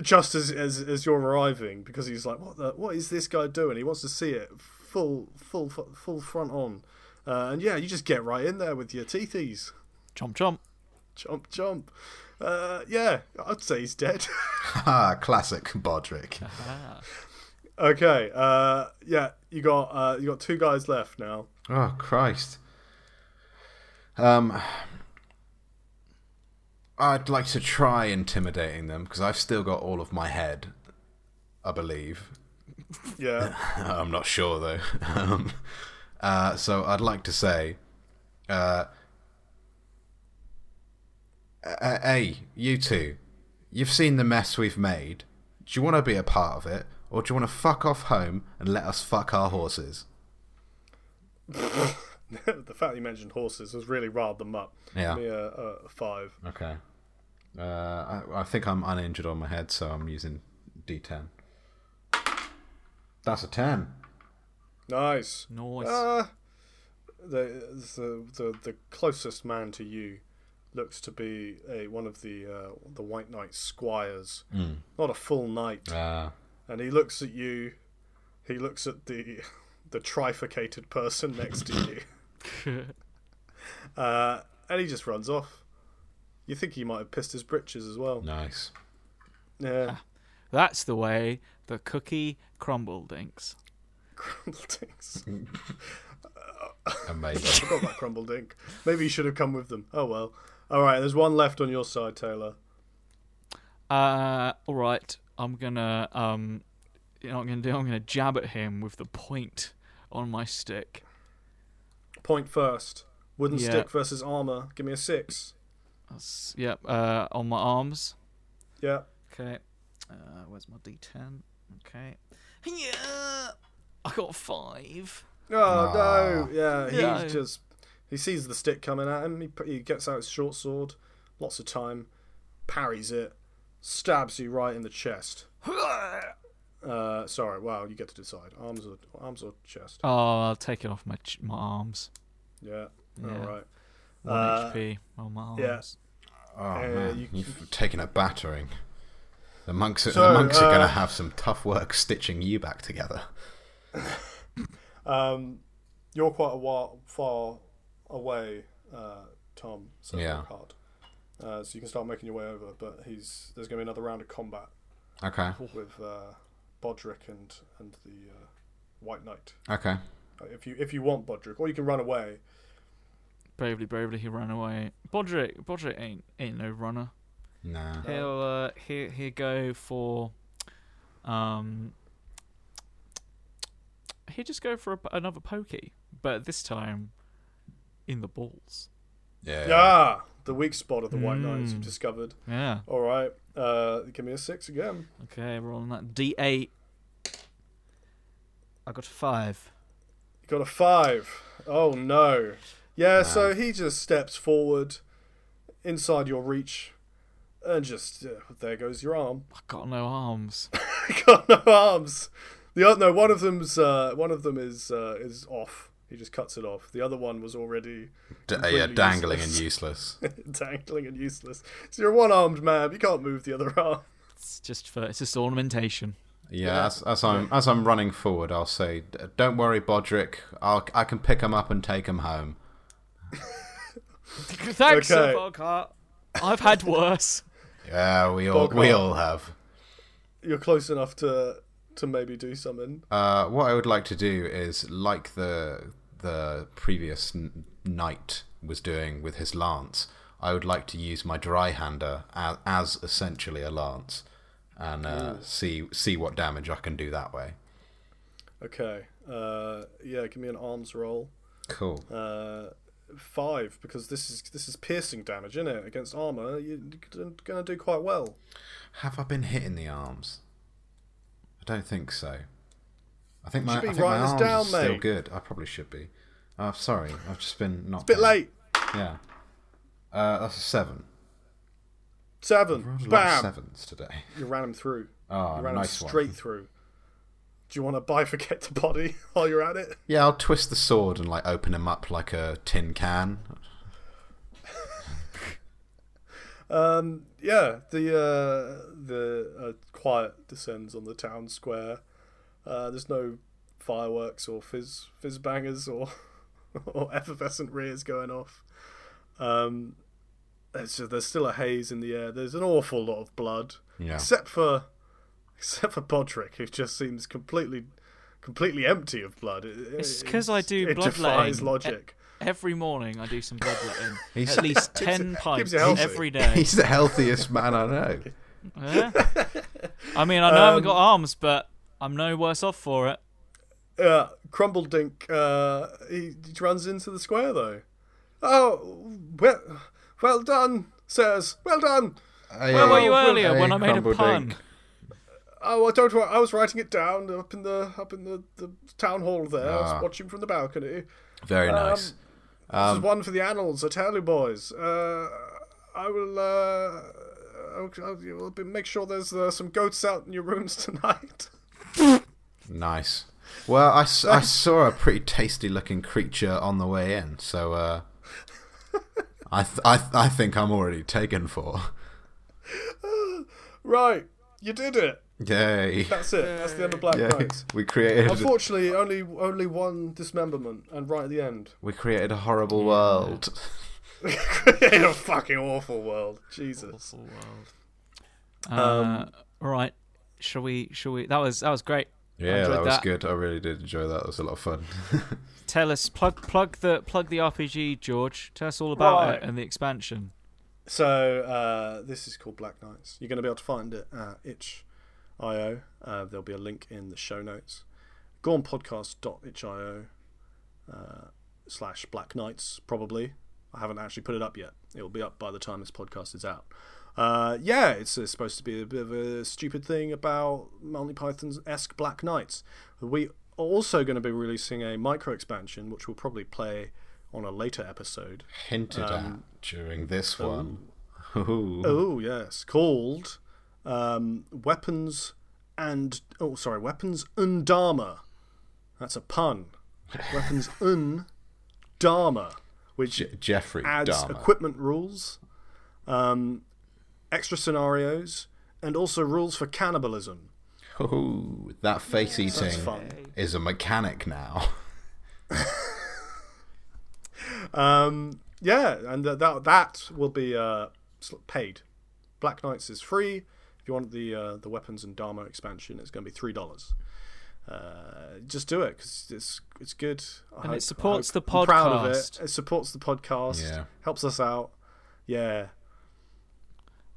just as as, as you're arriving because he's like, what the, what is this guy doing? He wants to see it full full full front on, uh, and yeah, you just get right in there with your teethies,
Chomp chomp.
jump jump, uh, yeah, I'd say he's dead.
Ah, classic Bodrick.
Ah.
okay, uh, yeah, you got uh, you got two guys left now.
Oh Christ. Um, I'd like to try intimidating them because I've still got all of my head. I believe.
Yeah,
I'm not sure though. Um, uh, so I'd like to say, uh, uh, hey, you two, you've seen the mess we've made. Do you want to be a part of it, or do you want to fuck off home and let us fuck our horses?
the fact you mentioned horses has really riled them up.
Yeah.
Give me a, a five.
Okay. Uh, I, I think I'm uninjured on my head, so I'm using D10. That's a 10.
Nice.
Nice.
Uh, the, the the the closest man to you looks to be a one of the uh, the White Knight squires, not a full knight,
Uh,
and he looks at you. He looks at the the trifurcated person next to you, uh, and he just runs off. You think he might have pissed his britches as well?
nice.
Yeah,
That's the way the cookie crumbled, Dinks.
crumble dinks.
Amazing.
Forgot about crumble dink. Maybe you should have come with them. Oh well. All right, there's one left on your side, Taylor.
Uh, all right. I'm gonna um, you know what I'm gonna do? I'm gonna jab at him with the point on my stick.
Point first. Wooden
Yeah.
stick versus armor. Give me a six.
That's yep. Uh, on my arms.
Yeah.
Okay. Uh, where's my D10? Okay. Yeah. I got five.
Oh no. Yeah. He
No.
just he sees the stick coming at him. He, p- he gets out his short sword. Lots of time. Parries it. Stabs you right in the chest. Uh, sorry. Wow. You get to decide. Arms or arms or chest.
Oh, I'll take it off my ch- my arms.
Yeah.
Yeah.
All right.
One
Uh,
HP on my arms.
yeah.
Oh, man.
you-
You, have taken a battering. The monks,
So,
the monks are going
uh,
to have some tough work stitching you back together.
Um, you're quite a while far away, uh, Tom. So
Yeah.
hard. uh, so you can start making your way over. But he's there's going to be another round of combat
Okay.
with uh, Bodrick and and the uh, White Knight.
Okay.
Uh, If you if you want Bodrick, or you can run away.
Bravely, bravely, he ran away. Bodrick, Bodrick ain't ain't no runner.
Nah.
He'll uh, he he go for, um, he'll just go for a, another pokey, but this time, in the balls.
Yeah.
Yeah, Ah, the weak spot of the White Knights you've
Mm.
discovered.
Yeah.
All right, uh, give me a six again.
Okay, we're on that D eight. I got a five.
You got a five. Oh no. Yeah, so he just steps forward, inside your reach, and just uh, there goes your arm.
I got no arms.
got no arms. The other, no, one of them's uh, one of them is uh, is off. He just cuts it off. The other one was already
D- uh, yeah,
completely
dangling
useless.
and useless.
dangling and useless. So you're a one-armed man. You can't move the other arm.
It's just for it's just ornamentation.
Yeah, As, as I'm as I'm running forward, I'll say, "D- "Don't worry, Bodrick. I'll I can pick him up and take him home."
Thanks, Sir
Okay.
Bogart. I've had worse.
Yeah, we all we
Bogart.
all have.
You're close enough to to maybe do something.
Uh, what I would like to do is, like the the previous n- knight was doing with his lance, I would like to use my dry hander as, as essentially a lance, and
Mm.
uh, see see what damage I can do that way.
Okay. Uh, yeah, give me an arms roll.
Cool.
Uh, five because this is this is piercing damage, isn't it? Against armor, you're gonna do quite well.
Have I been hit in the arms? I don't think so. I think my, I
should be
think my
writing this
arms
down,
are still
mate.
good. I probably should be. Uh, sorry, I've just been not.
Bit late.
Yeah. Uh, that's a seven.
Seven.
A lot of
Bam.
sevens today.
You ran him through.
Oh,
You ran
nice
him
one.
straight through. Do you want to bifurcate the body while you're at it?
Yeah, I'll twist the sword and like open him up like a tin can.
Um, yeah, the uh, the uh, quiet descends on the town square. Uh, there's no fireworks or fizz fizz bangers or or effervescent rears going off. Um, it's just, there's still a haze in the air. There's an awful lot of blood,
Yeah.
except for except for Podrick, who just seems completely completely empty of blood. It-
It's
it-
'cause I do eh,
it
bloodletting.
defies logic.
Every morning I do some bloodletting.
He's-
At least ten pints
you healthy.
every day.
He's the healthiest man I know.
Yeah. I mean, I know I haven't got
Um,
arms, but I'm no worse off for it.
Uh, Crumbledink, uh, he, he runs into the square though. Oh, well, well done, sirs. Well done.
Where were you
well,
earlier when I made a pun?
Oh, I don't. wor- I was writing it down up in the up in the, the town hall there. I
Ah.
was watching from the balcony.
Um,
Very nice.
This is one for the annals. I tell you, boys. Uh, I will. Uh, I'll, I'll, I'll be- make sure there's uh, some goats out in your rooms tonight.
Nice. Well, I, s- I saw a pretty tasty looking creature on the way in, so uh, I, th- I, th- I think I'm already taken for.
right, you did it.
Yay.
That's it. That's the end of Black
Yay.
Knights.
We created
Unfortunately, only only one dismemberment, and right at the end.
we created a horrible world.
in a fucking awful world, Jesus.
Awful world. Uh,
Um,
all right. Shall we? Shall we? That was that was great.
Yeah,
Enjoyed
that was
that.
good. I really did enjoy that. It was a lot of fun.
Tell us plug plug the plug the RPG, George. Tell us all about
Right.
it and the expansion.
So uh, this is called Black Knights. You're going to be able to find it at itch.io. Uh, there'll be a link in the show notes. Gormpodcast.itch.io uh, slash Black Knights probably. I haven't actually put it up yet. It'll be up by the time this podcast is out. Uh, yeah, it's, uh supposed to be a bit of a stupid thing about Monty Python's esque Black Knights. We are also going to be releasing a micro expansion, which we'll probably play on a later episode.
Hinted at during this one. Ooh.
Oh yes, called um, weapons and oh sorry, weapons and armor. That's a pun. Weapons and armor, which
Je- Jeffrey
adds
Dahmer.
equipment rules, um, extra scenarios, and also rules for cannibalism.
Ooh, that face eating
fun.
is a mechanic now.
Um, yeah, and that that, that will be uh, s- paid. Black Knights is free. If you want the uh, the weapons and Dharma expansion, it's going to be three dollars. Uh, just do it because it's it's good. I
And it
hope- I
supports
hope-
the
I'm proud of it.
podcast.
It supports the podcast.
Yeah.
Helps us out. Yeah.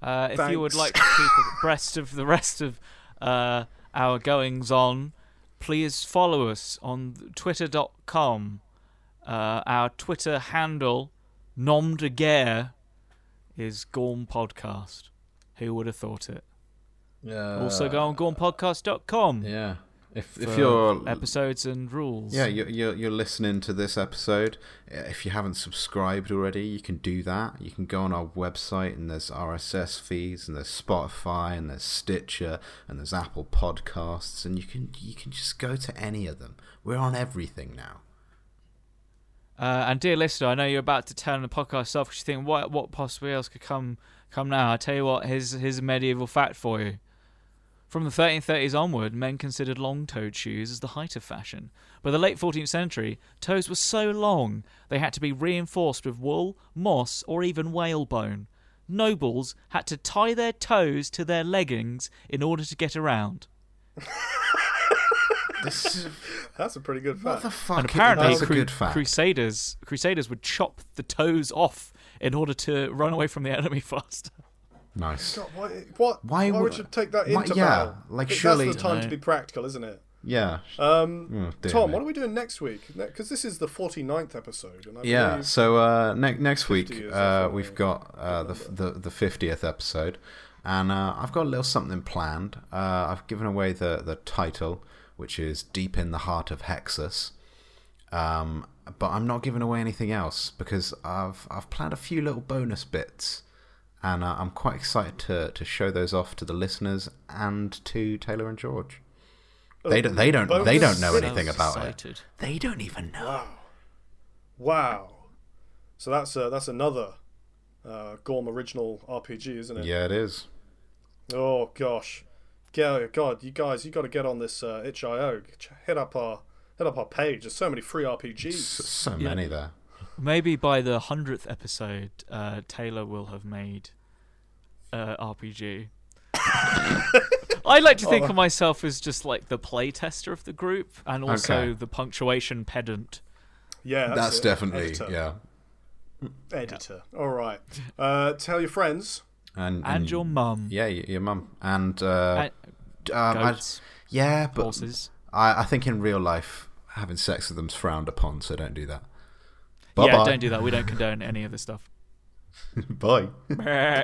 Uh, if you would like
Thanks.
to keep abreast of the rest of uh, our goings on, please follow us on twitter.com. Uh, our Twitter handle, nom de guerre, is Gorm Podcast. Who would have thought it?
Yeah.
Also, go on gormpodcast.com
Uh, Yeah. If
for
if you're
episodes and rules.
yeah you're, you're you're listening to this episode, uh, if you haven't subscribed already, you can do that. You can go on our website and there's RSS feeds and there's Spotify and there's Stitcher and there's Apple Podcasts and you can you can just go to any of them. We're on everything now.
Uh, and dear listener, I know you're about to turn the podcast off because you think what what possibly else could come come now. I tell you what, here's here's a medieval fact for you. From the 1330s onward, men considered long-toed shoes as the height of fashion. By the late 14th century, toes were so long they had to be reinforced with wool, moss, or even whalebone. Nobles had to tie their toes to their leggings in order to get around.
This is
That's a pretty good
what
fact.
the fuck.
and apparently,
that's a
cru-
good fact.
crusaders crusaders would chop the toes off in order to run away from the enemy faster.
nice.
God, why, what?
Why
Why,
would-
would you take that
why-
into
yeah,
battle?
like,
Th-
surely-
that's the time
No.
to be practical, isn't it?
Yeah.
Um,
Oh, dear
Tom,
me.
what are we doing next week? Because this is the 49th episode, and I
Yeah.
believe-
So uh, ne- next week
50 is
uh,
definitely
we've got uh, the, f- the the fiftieth episode, and uh, I've got a little something planned. Uh, I've given away the the title, which is Deep in the Heart of Hexus. Um, but I'm not giving away anything else because I've I've planned a few little bonus bits, and uh, I'm quite excited to to show those off to the listeners and to Taylor and George. They don't they don't they don't know
Oh, bonus-
anything
Sounds
about it.
excited.
They don't even know.
Wow. So that's uh, that's another uh, Gorm original RPG, isn't it?
Yeah, it is.
Oh gosh, Go- God, you guys, you got to get on this uh, itch.io. Ch- Hit up our hit up our page. There's so many free
S-
RPGs.
So many there.
Maybe by the hundredth episode, uh, Taylor will have made uh, RPG. I like to
Oh.
think of myself as just like the playtester of the group, and also
Okay.
the punctuation pedant.
Yeah, that's,
That's
it.
definitely
editor.
yeah.
editor. All right, uh, tell your friends.
And,
And your mum,
Mm. yeah, y- your mum and uh,
and
um, I-
goats,
yeah, but
horses.
I, I think in real life having sex with them's frowned upon, so don't do that.
Yeah,
Bye-bye.
don't do that. We don't condone any of this stuff.
Bye.
Meh.